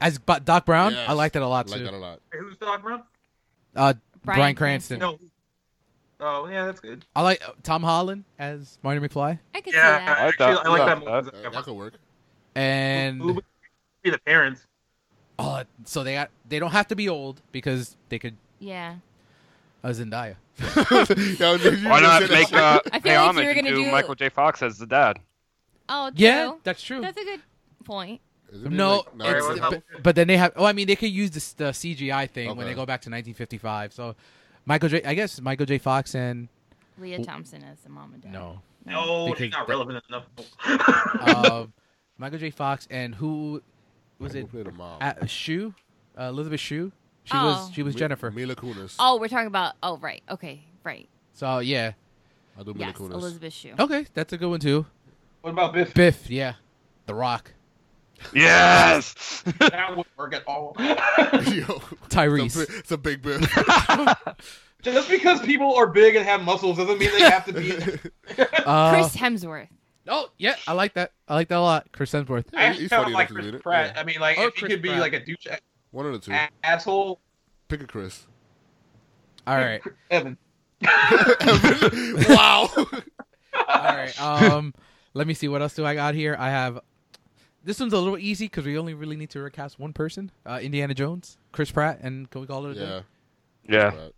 as Bo- Doc Brown. Yes. I like that a I lot like too. that a lot. Who's Doc Brown? Uh, Brian, Bryan Cranston. Cranston. No. Oh yeah, that's good. I like uh, Tom Holland as Marty McFly I could see Yeah, that. I actually, thought- I like yeah, that. more that- than Zac Uh, Efron. that could work. [laughs] Who and would be the parents? uh, so they got they don't have to be old because they could Yeah. uh, Zendaya. Yo, did you Why just say not that make shit? uh, [laughs] I feel like you pay homage were and gonna do do- Michael J. Fox as the dad? Oh, true. Yeah, that's true. That's a good point. Is it no, like- it's, Alright, well, but, but then they have. Oh, I mean, they could use this, the CGI thing when Okay. they go back to 1955. So, Michael J. I guess Michael J. Fox and Leah Thompson as the mom and dad. no, No, Because she's not that- relevant enough. [laughs] uh, [laughs] Michael J. Fox and who was Who it? played the mom? Uh, Shu, uh, Elizabeth Shue. She Oh. was she was Mi- Jennifer. Mila Kunis. Oh, we're talking about. Oh, right. Okay, right. So yeah, I do Mila Yes, Kunis. Elizabeth Shue. okay, that's a good one too. What about Biff? Biff, yeah, The Rock, Yes. [laughs] That wouldn't work at all. [laughs] Yo, it's a, Tyrese. bi- it's a big bill. Just because people are big and have muscles doesn't mean they have to be. Uh, Chris Hemsworth. Oh yeah, I like that. I like that a lot. Chris Hemsworth. I actually He's kind funny of like enough to do Chris it, Pratt. yeah. I mean, like Oh, if he Chris could be Pratt. like a douche One of the two. a- asshole, Pick a Chris. [laughs] All right, Evan. wow. all right. [laughs] Um, let me see what else do I got here. I have this one's a little easy because we only really need to recast one person. Uh, Indiana Jones, Chris Pratt, and can we call it? A yeah. day? yeah. Right.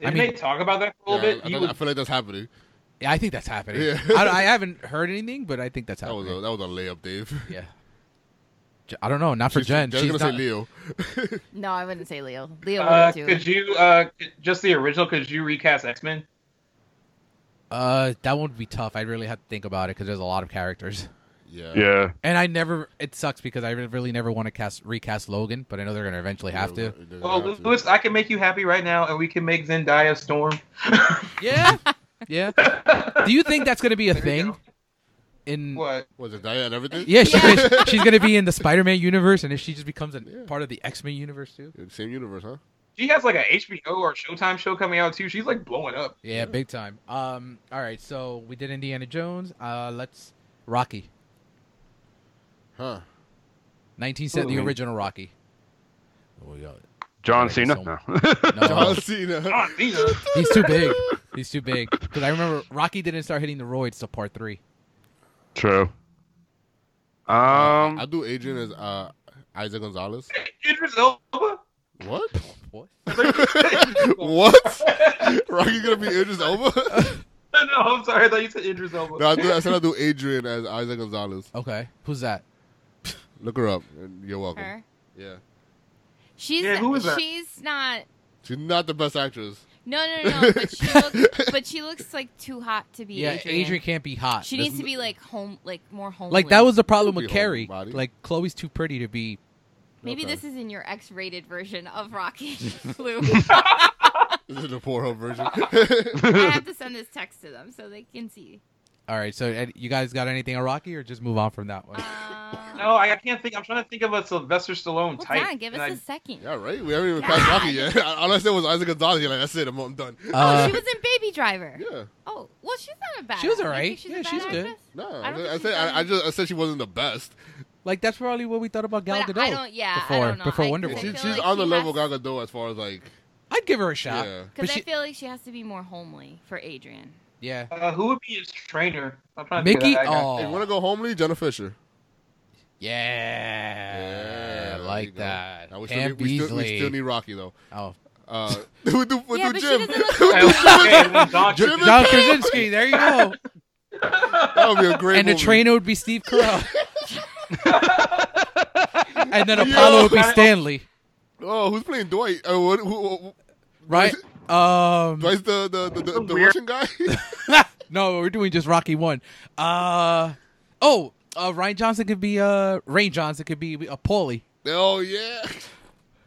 Didn't mean- they talk about that for a Yeah, little I, bit? I Oh, You thought- I would- feel like that's happening. yeah, I think that's happening. Yeah. I, I haven't heard anything, but I think that's That happening. was a that was a layup, Dave. yeah. J- I don't know. Not for [laughs] She's- Jen. Jen's She's gonna not, say Leo. No, I wouldn't say Leo. Leo uh, would too. could you uh, could- just the original? Could you recast X Men? Uh, that one would be tough. I really have to think about it because there's a lot of characters, Yeah. Yeah. and I never. It sucks because I re- really never want to cast recast Logan, but I know they're gonna eventually have to. They're gonna Well, have to. Lewis, I can make you happy right now, and we can make Zendaya Storm. Yeah, yeah. Do you think that's gonna be a There you thing? go. In What? Was it Diane and everything? yeah, [laughs] she, Yeah. she's gonna be in the Spider-Man universe, and if she just becomes a Yeah. part of the X-Men universe too. Same universe, huh? She has like a HBO or Showtime show coming out too. She's like blowing up. Yeah, big time. Um, all right, so we did Indiana Jones. Uh, let's Rocky, Huh. nineteen seventy, the Ooh. original Rocky. John Like Cena. some- No. [laughs] No, John Cena. John [laughs] Cena. he's too big. He's too big. Because I remember Rocky didn't start hitting the roids till part three. [laughs] True. Um. I do Adrian as uh, Isaac Gonzalez. Idris Elba. [laughs] What? What? [laughs] what? Rocky gonna be Idris Elba? [laughs] no, I'm sorry. I thought you said Idris Elba. no, I, do, I said I do Adrian as Isaac Gonzalez. Okay, who's that? Look her up. and You're welcome. Her. Yeah. She's Yeah, who is that? she's not. She's not the best actress. No, no, [laughs] no. no, But she looks, but she looks like too hot to be. Yeah, Adrian. can't be hot. She That's- needs to be like home, like more home. like that was the problem Could with be a whole Carrie. body. Like Chloe's too pretty to be. Maybe Okay. this is in your X-rated version [laughs] of Rocky Blue. This is the poor home version. [laughs] I have to send this text to them so they can see. All right, so Ed, you guys got anything on Rocky, or just move on from that one? Um, No, I, I can't think. I'm trying to think of a Sylvester Stallone hold type. on, give us and a I- second. yeah, right. We haven't even cast Rocky yet. [laughs] All I said was Isaac Gonzalez. You're like, that's it. I'm, I'm done. oh, Uh, she was in Baby Driver. Yeah. Oh, well, she's not a bad. She was actress. You alright. think She's a Yeah, bad she's good. actress? No, I I, don't think I she's said done I, I just I said she wasn't the best. like that's probably what we thought about Gal But Gadot. I don't. Yeah, I before- don't know. before I- Wonder I Woman. feel She, she's like on she the level has- Gal Gadot as far as like. I'd give her a shot. Yeah. But Because I she- feel like she has to be more homely for Adrian. yeah. Uh, who would be his trainer? I'm trying to Mickey. Think of that guy. If you Oh, want to go homely, Jenna Fisher. yeah. there you like go. that. Now, we, still Pam need, we, still, Beasley. we still need Rocky though. oh, Uh, [laughs] [laughs] we do, we do yeah, but Jim. [laughs] she doesn't look. Okay, well, John Jim Krasinski. is- John Krasinski. There you go. That would be a great and the movie. trainer would be Steve Carell. [laughs] and then Yo. Apollo [laughs] would be Stanley, Oh, who's playing Dwight? Uh, what, who, who, [laughs] right? Um, Dwight's the the the, the, the Weird. Russian guy. [laughs] [laughs] no, we're doing just Rocky one. Uh, oh, uh, Ryan Johnson could be uh, Ray Johnson could be a Paulie. oh yeah.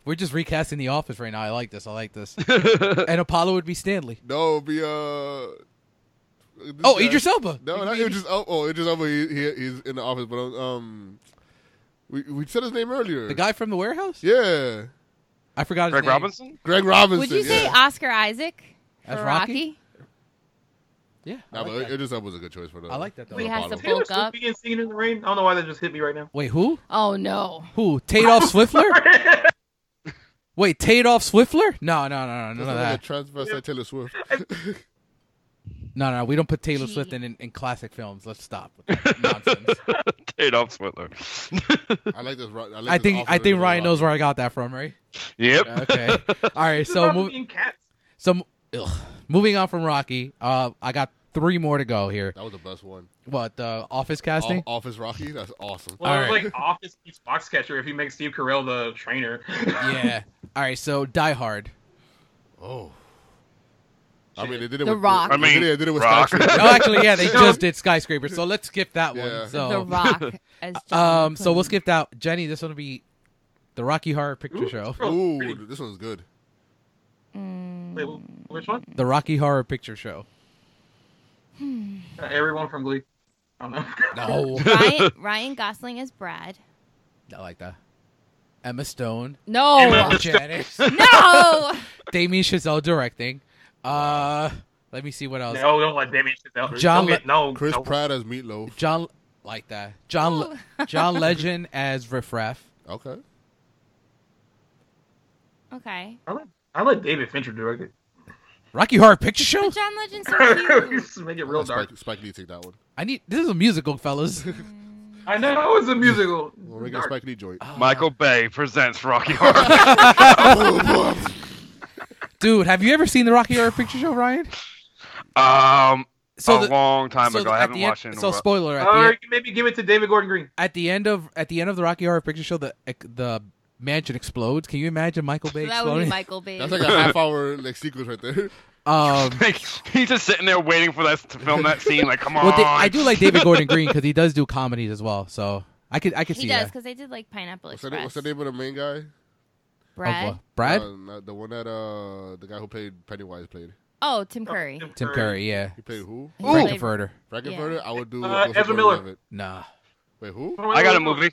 We're just recasting The Office right now. I like this. I like [laughs] this. and Apollo would be Stanley. No, it'd be uh. this Oh, guy. Idris Elba. No, not Idris Elba. Oh, Idris Elba. He, he he's in the office, but um, We, we said his name earlier. The guy from the warehouse? Yeah. I forgot his Greg name. Robinson? [laughs] Greg Robinson. Would you say yeah. Oscar Isaac for As Rocky? Rocky? Yeah. I Nah, like but that. Idris Elba was a good choice for that. I like that, though. We Or had Apollo. some- Taylor Bulk Swift up. being singing in the rain. I don't know why that just hit me right now. Wait, who? Oh no. Who? Tadoff [laughs] Swiftler? Wait, Tadoff Swiftler? No, no, no, no, That's no, no, not that. like a transvestite Taylor [laughs] Swift. no, no. We don't put Taylor Gee. Swift in, in in classic films. Let's stop with [laughs] that nonsense. Adolf [laughs] Switler. I like this. Ro- I, like I this think offer I to think Greg Ryan knows Robinson. where I got that from, right? yep. [laughs] Okay. All right. So mov- being cats. some ugh. moving on from Rocky. Uh, I got three more to go here. That was the best one. What uh, office casting? O- Office Rocky. That's awesome. Well, it was Alright. like Office meets Foxcatcher if you make Steve Carell the trainer. Yeah. All right. So Die Hard. Oh. I mean, they did it The with Rock. They, I they mean, did it, they did it with Rock. [laughs] Skytree. Oh, actually, yeah, they just did Skyscraper. So let's skip that one. Yeah. So [laughs] The Rock. As John Um, so we'll Clooney. skip that. Jenny, this one will be the Rocky Horror Picture Ooh. Show. Ooh, this one's good. Mm. Wait, wh- which one? The Rocky Horror Picture Show. Uh, everyone from Glee. I don't No. know. Ryan, Ryan Gosling is Brad. I like that. Emma Stone. No. Janice. [laughs] no. Damien Chazelle directing. Uh, let me see what else. No, don't let Damien Chazelle. John Don't get- no, Chris no. Pratt as Meatloaf. John like that. John Le- [laughs] John Legend as Riff Raff. Okay. Okay. I let, I let David Fincher direct it. Rocky Horror Picture Show. But John Legend's [laughs] so cute. Just make it real dark. Spike, Spike Lee take that one. I need this is a musical, [laughs] fellas. I know it's a musical. We're making a Dark. Spike Lee [laughs] joint. Michael Bay [laughs] presents Rocky Horror. Dude, have you ever seen the Rocky Horror Picture Show, Ryan? um, So a the- long time so ago. the- I at haven't the end- watched it. In a So while. spoiler at the Or end, you can maybe give it to David Gordon Green. at the end of at the end of the Rocky Horror Picture Show, the the mansion explodes. Can you imagine Michael Bay That would be exploding? Michael Bay. That's like a half hour like sequence right [laughs] there. um, Like, [laughs] he's just sitting there waiting for us to film that scene. Like, come [laughs] on. well, Da- I do like David Gordon Green because he does do comedies as well. So I could I could he see does that. because they did like Pineapple What's the, name, Express. what's the name of the main guy? Brad. Oh, boy. Brad, Uh, not- the one that uh the guy who played Pennywise played. Oh, Tim Curry. Tim Curry, yeah, He played who? He Frank played- Furter. Frankenfurter. I would do. Uh, Wilson Ezra Porter Miller. Levitt. Nah, Wait, who? I got a movie.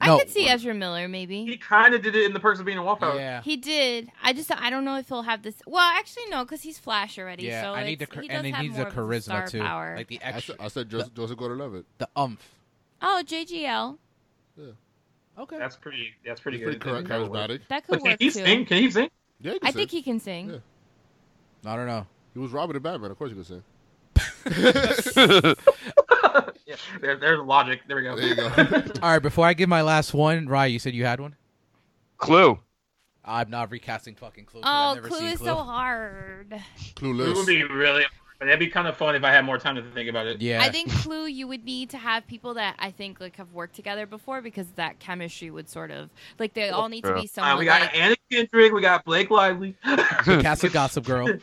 I No. could see Ezra Miller maybe. He kind of did it in the person being a wallflower. yeah, He did. I just I don't know if he'll have this. Well, actually no, because he's Flash already. yeah. so I need the it's- char- he does and it have needs more the of a star charisma too, Power. like the I extra, said, I said Joseph, Joseph Gordon-Levitt. the umph. oh, JGL. Okay, That's pretty. That's pretty He's pretty good. char- That would work. charismatic. That But could Can work he too. sing? Can he sing? [laughs] Yeah, he can I sing. think he can sing. Yeah. I don't know. He was Robin in Batman. Of course, he could [laughs] sing. Yeah. There, there's logic. There we go. There you [laughs] go. All right, before I give my last one, Ryan, you said you had one. Clue. I'm not recasting fucking Clue. 'cause I've Oh, never Clue seen is so hard. It would Clueless. be really. But that'd be kind of fun if I had more time to think about it. Yeah, I think Clue, you would need to have people that I think like have worked together before because that chemistry would sort of like they all need to Yeah. be Uh, someone. we got like, Anna Kendrick. We got Blake Lively. Hmm. Castle Gossip [laughs] Girl. [laughs]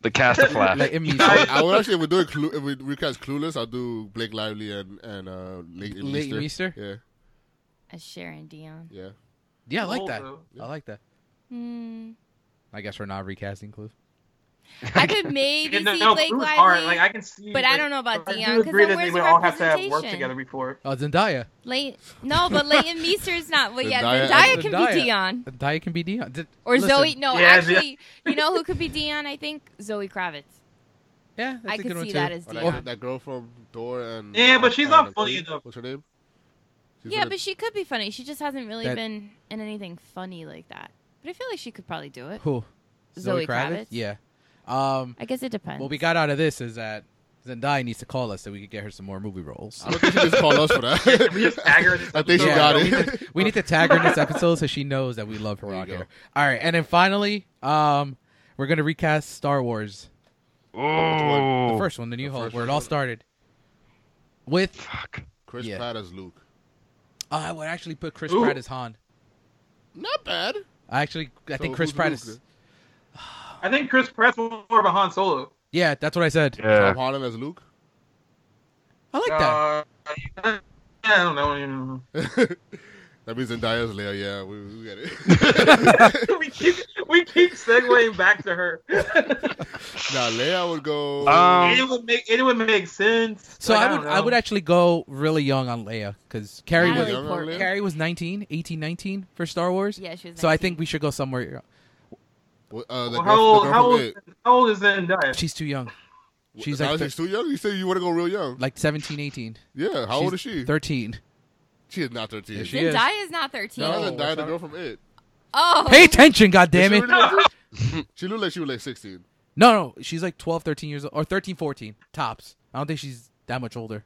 The cast of [laughs] Flash. Like, it means I, I would actually, if we do it, Clu- if we recast Clueless, I'll do Blake Lively and and uh, Leighton Leighton Meester. Meester? Yeah, a Sharon Dion. yeah. [laughs] Yeah, I like Old, that. though. I like that. Hmm. I guess we're not recasting Clue. [laughs] I could maybe see No, Blake no, Lively. Clue's hard. Like I can see. but I don't know about I do Dion, 'cause agree that then they where's would the all have to have worked representation? together before. Oh, Zendaya. Lay- no, but Leighton Meester's not. Well, yeah, Zendaya- Zendaya can Zendaya. be Dion Zendaya can be Dion. Did- or listen, Zoe. No, Yeah, actually, you know who could be Dion? I think Zoe [laughs] Kravitz. Yeah, that's I a good could one see too. that as Or Dion. that, that girl from Thor and Yeah, but she's and, not uh, funny Creed. enough. What's her name? She's Yeah, in but she could be funny. She just hasn't really That- been in anything funny like that. But I feel like she could probably do it. Who? Zoe Kravitz? Yeah. Um, I guess it depends. what we got out of this is that Zendaya needs to call us so we could get her some more movie roles. I don't think she just called us for that. [laughs] We just tag her in this [laughs] I think she episode. got Yeah. it. [laughs] We need to tag her in this episode so she knows that we love her There you on go. here. All right, and then finally, um, we're gonna recast Star Wars, the Ooh. first one, the New Oh. The Hope, first where it all one. started. With Fuck. Chris Yeah. Pratt as Luke. Uh, I would actually put Chris Ooh. Pratt as Han. Not bad. I actually, I think So Chris who's Pratt Luke is. then? I think Chris Pratt's more of a Han Solo. Yeah, that's what I said. Yeah. Tom Holland as Luke. I like that. Uh, yeah, I don't know. [laughs] That's [laughs] That means Zendaya's Leia. Yeah, we, we get [laughs] it. we keep we keep segueing back to her. nah, Leia would go. Um, it would make it would make sense. So Like, I would don't I, know. would actually go really young on Leia because Carrie Natalie was younger on Portman. Leia? Carrie was 19, 18, 19 for Star Wars. Yeah, she was. So I 19. think we should go somewhere. Well, uh, the Well, girl- how the old girl how from old It. how old is [laughs] Zendaya? She's too young. She's Now like she's too young. You say you want to go real young. Like 17, 18. Yeah, how She's old is she? 13. She is not thirteen. Is she? is. Zendaya is not thirteen. No. Zendaya, that's the not- girl from It. Oh, Pay attention, God Is damn she it. really not 13? she looked like she was like sixteen. No, no, she's like 12, 13 years old or 13, 14 tops. I don't think she's that much older.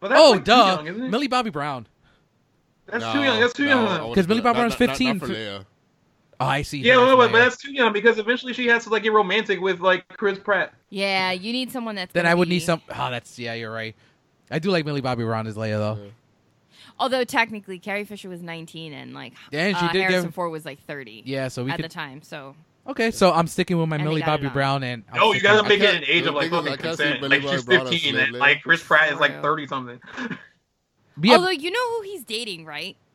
But oh, [laughs] like, too duh. young, isn't it? Millie Bobby Brown. That's No, too young. That's too no, I young. wouldn't 'Cause do Millie that. Bobby Not- Brown's not- not- 15 Not, for- for Leia. Oh, I see. Yeah, her as wait, wait, but Leia. that's too young because eventually she has to like get romantic with like Chris Pratt. yeah. You need someone that's. then gonna I would be- need some. Oh, that's yeah, you're right. I do like Millie Bobby Brown as Leia though. Yeah. Although technically, Carrie Fisher was nineteen, and like Yeah, and she uh, did get- Harrison Ford was like thirty. Yeah, so we at could. the time. So Okay, so I'm sticking with my And they Millie got it Bobby on. Brown and. I'm No, you sticking gotta with- make I it can't- an age of like the thing is, fucking I can't see consent. Billy Like she's Bob Brown as fifteen, Leia. and like Chris Pratt is like True. thirty something. Yeah, although you know who he's dating, right? [laughs]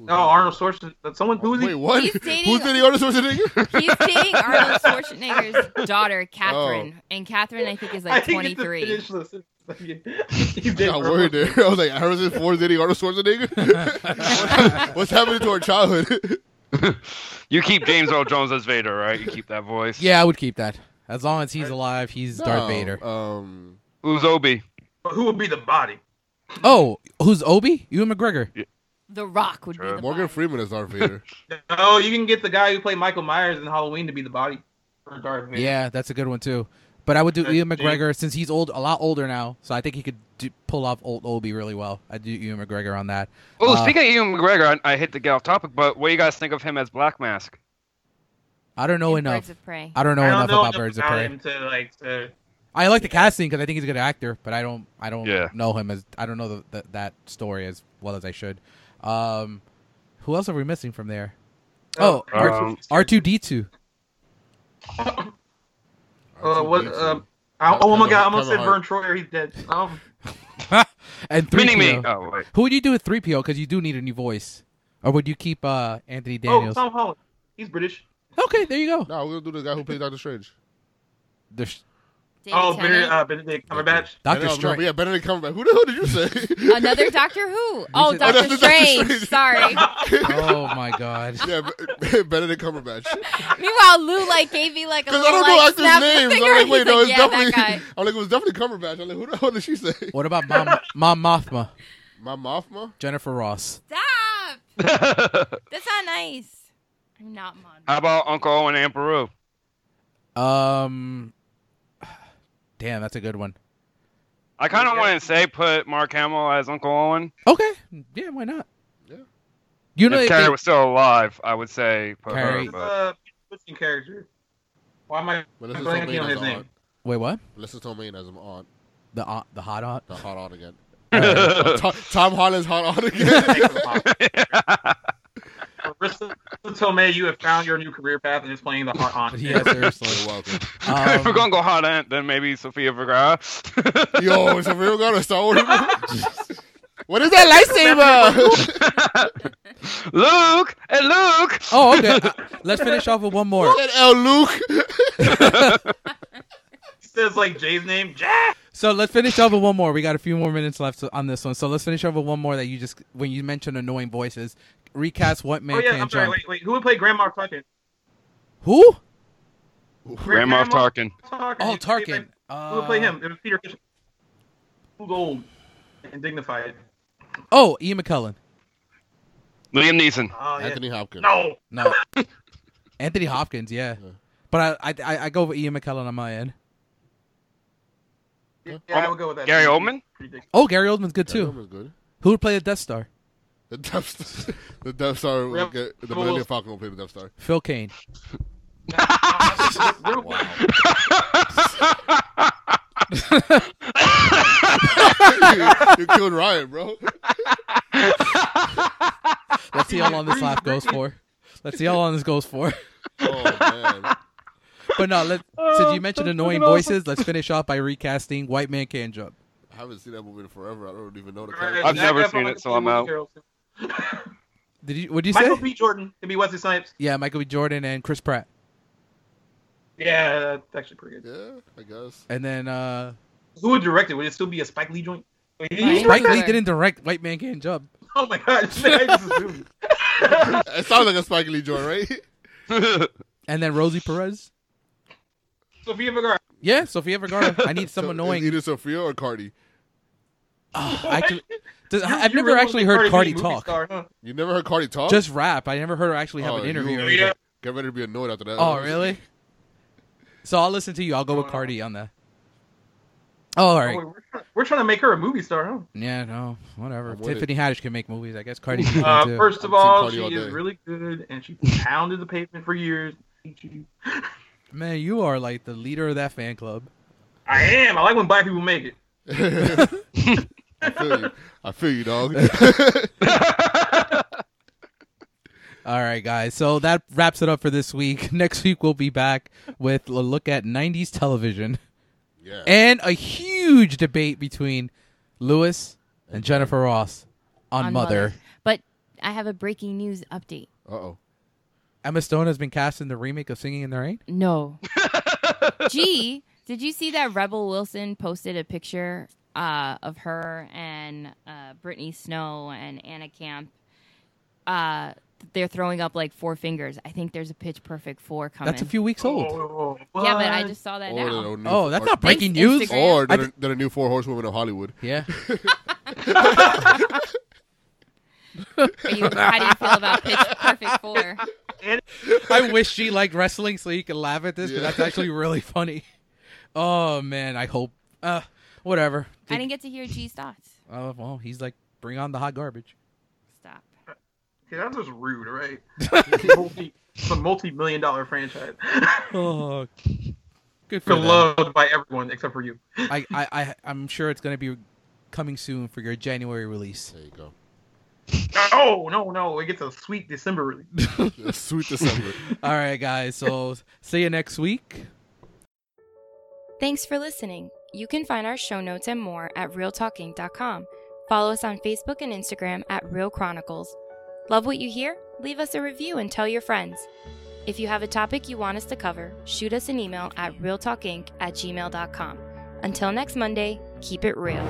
No, Arnold Schwarzenegger. Someone who's Wait, he? what? He's dating- Who's dating Arnold Schwarzenegger? He's dating [laughs] Arnold Schwarzenegger's daughter, Catherine, Oh. and Catherine [laughs] I think [laughs] is I like think it's twenty the three. finish list. [laughs] He's I got worried there. [laughs] I was like, Harrison Ford dating Arnold [laughs] Schwarzenegger? [laughs] What's happening to our childhood? [laughs] you keep James Earl Jones as Vader, right? You keep that voice. yeah, I would keep that as long as he's alive. He's No, Darth Vader. Um, Who's Obi? But who would be the body? Oh, who's Obi? Ewan McGregor. The Rock would be Sure. the Morgan body. Freeman is Darth Vader. No, you can get the guy who played Michael Myers in Halloween to be the body for Darth Vader. Yeah, that's a good one too. But I would do Uh, Ewan Jake- McGregor since he's old, a lot older now. So I think he could do, pull off old Obi really well. I do Ewan McGregor on that. Oh, Uh, speaking of Ian McGregor, I, I hate to get off topic, but what do you guys think of him as Black Mask? I don't know in enough. Birds of Prey. I don't know I enough don't know about Birds of Prey. him to like to. I like the casting because I think he's a good actor, but I don't, I don't Yeah. know him as I don't know the, the, that story as well as I should. Um, who else are we missing from there? Oh, Um, R two D two. [laughs] Uh, what? R2D2. Uh, I, oh my Kevin- god! I'm gonna say Kevin Vern Troyer. He's dead. Um, and three Mini me. PO. Oh wait. [laughs] Who would you do with three PO? Because you do need a new voice, or would you keep uh, Anthony oh, Daniels? Tom Holland. He's British. Okay, there you go. no, we're gonna do the guy who played Doctor Strange. There's David Oh, Tennant. Benedict, uh, Benedict Cumberbatch. Doctor No, no, Strange. uh, yeah, Benedict Cumberbatch. Who the hell did you say? [laughs] Another [laughs] Doctor Who. Oh, said- Doctor Oh, that's Strange. Doctor Strange. [laughs] Sorry. oh my god. yeah, Be- [laughs] Benedict [laughs] Cumberbatch. Meanwhile, Lou like gave me like a Because I little don't know like, actors' snap of the names. finger, I'm like, and wait, he's no, like, it's yeah, that guy. definitely. [laughs] I'm like, it was definitely Cumberbatch. I'm like, who the hell did she say? What about Mom Mom Mothma? My Mothma. Jennifer Ross. Stop. How That's not nice. I'm not mom. about Uncle Owen and Aunt Peru? Um, [sighs] damn, that's a good one. I kind of want to say put Mark Hamill as Uncle Owen. Okay, yeah, why not? Yeah. You know, if if Carrie they- was still alive, I would say put Carrie- her. [laughs] He's But... a Christian character. Why [laughs] am I Melissa blanking on Tomei his as an name? aunt. wait, what? Melissa Tomei as an aunt. The aunt, the hot [laughs] Oh, aunt. The hot aunt again. Tom, Tom Holland's hot aunt again. [laughs] [laughs] Marissa Tomei, you have found your new career path and is playing the heart [laughs] on. Yeah, You're seriously. [laughs] welcome. Um, if we're gonna go hot aunt, then maybe Sophia Vergara. [laughs] Yo, so we got a Star [laughs] Wars movie? What is that [laughs] lightsaber? Luke and Luke. oh, okay. Uh, let's finish off with one more. that El Luke. Says like Jay's name, Oh, Jack. So let's finish off with one more. We got a few more minutes left on this one. So let's finish off with one more that you just when you mentioned annoying voices. Recast what man Oh yeah, can I'm jump. sorry. Wait, wait. Who would play Grandma Tarkin? Who? Grandma Tarkin. Tarkin. Oh, Who would play- Tarkin. Uh, Who would play him? It was Peter Fisher. Uh, Who's old and dignified? Oh, Ian McKellen. Liam Neeson. [laughs] Oh, yeah. Anthony Hopkins. No. [laughs] No. Anthony Hopkins, yeah. Yeah. But I, I I go with Ian McKellen on my end. Yeah, I would go with that. Gary Oldman. Ridiculous. Oh, Gary Oldman's good That too. was good. Who would play the Death Star? The Death Star. [laughs] The Death Star. will Yep. get- The Cool. Millennium Falcon will play the Death Star. [laughs] Phil Kane. you killed Ryan, [laughs] bro. Let's see how long this laugh goes for. Let's see how long this goes for. [laughs] Oh man. But no, let, since you mentioned annoying voices, let's finish off by recasting White Man Can Jump. I haven't seen that movie in forever. I don't even know the All right, character. I've Zach never Efron seen it, would so play I'm out. Carol. Did you? What did you Michael say? B. Jordan to be Wesley Snipes. yeah, Michael B. Jordan and Chris Pratt, Yeah, that's actually pretty good. Yeah, I guess. and then uh, Who would direct it? Would it still be a Spike Lee joint? Wait, did he Right. Spike direct Lee that? didn't direct White Man Can't Jump. [laughs] Oh my god! I just [laughs] assumed. It sounds like a Spike Lee joint, [laughs] right? And then Rosie Perez. Sofia Vergara. Yeah, Sofia Vergara. I need someone So, knowing. Is either Sophia or Cardi. Ah, I could- does- You- I've you never really actually want heard to be Cardi a movie talk. star, huh? You never heard Cardi talk? Just rap. I never heard her actually have Oh, an you- interview. or Yeah. anything. Get ready to be annoyed after that. Oh, really? So I'll listen to you. I'll go with Oh. Cardi on that. Oh, all right. Oh, we're, we're trying to make her a movie star, [laughs] huh? Yeah, no, whatever. I'm with Tiffany Haddish can make movies. I guess Cardi can Uh, too. first of I've seen all, Cardi she all is day. really good, and she pounded the pavement for years. Man, you are like the leader of that fan club. I am. I like when black people make it. I feel you. I feel [laughs] you, dog. All right, guys. So that wraps it up for this week. [laughs] Next week we'll be back with a look at '90s television yeah. and a huge debate between Lewis and Jennifer Ross on, On Mother. Mother. But I have a breaking news update. Uh oh. Emma Stone has been cast in the remake of Singing in the Rain. [laughs] No. Gee, did you see that Rebel Wilson posted a picture uh, of her and uh, Brittany Snow and Anna Camp? Uh, they're throwing up like four fingers. I think there's a Pitch Perfect four coming. That's a few weeks old. Oh, yeah, but I what? just saw that Or now. they're new- Oh, that's or- not breaking Thanks, news. Instagram. Or I they're, thi- they're the new four horsewomen of Hollywood. Oh. Yeah. [laughs] Are you, how do you feel about Pitch Perfect four? I wish she liked wrestling so you could laugh at this 'cause Yeah. that's actually really [laughs] funny. Oh man, I hope. Uh, whatever. I didn't get to hear G's thoughts. Oh well, he's like, bring on the hot garbage. Stop. Yeah, that's just [laughs] rude, right? It's a multi- it's a multi-million dollar franchise. [laughs] Oh, good for them. Beloved by everyone except for you. I, I, I, I'm sure it's gonna be coming soon for your January release. There you go. [laughs] Oh no, no, it gets a sweet December release. [laughs] Sweet December. All right, guys. So see you next week. Thanks for listening. You can find our show notes and more at realtalking.com. Follow us on Facebook and Instagram at Real Chronicles. Love what you hear? Leave us a review and tell your friends. If you have a topic you want us to cover, shoot us an email at realtalkinc at gmail.com. Until next Monday, keep it real.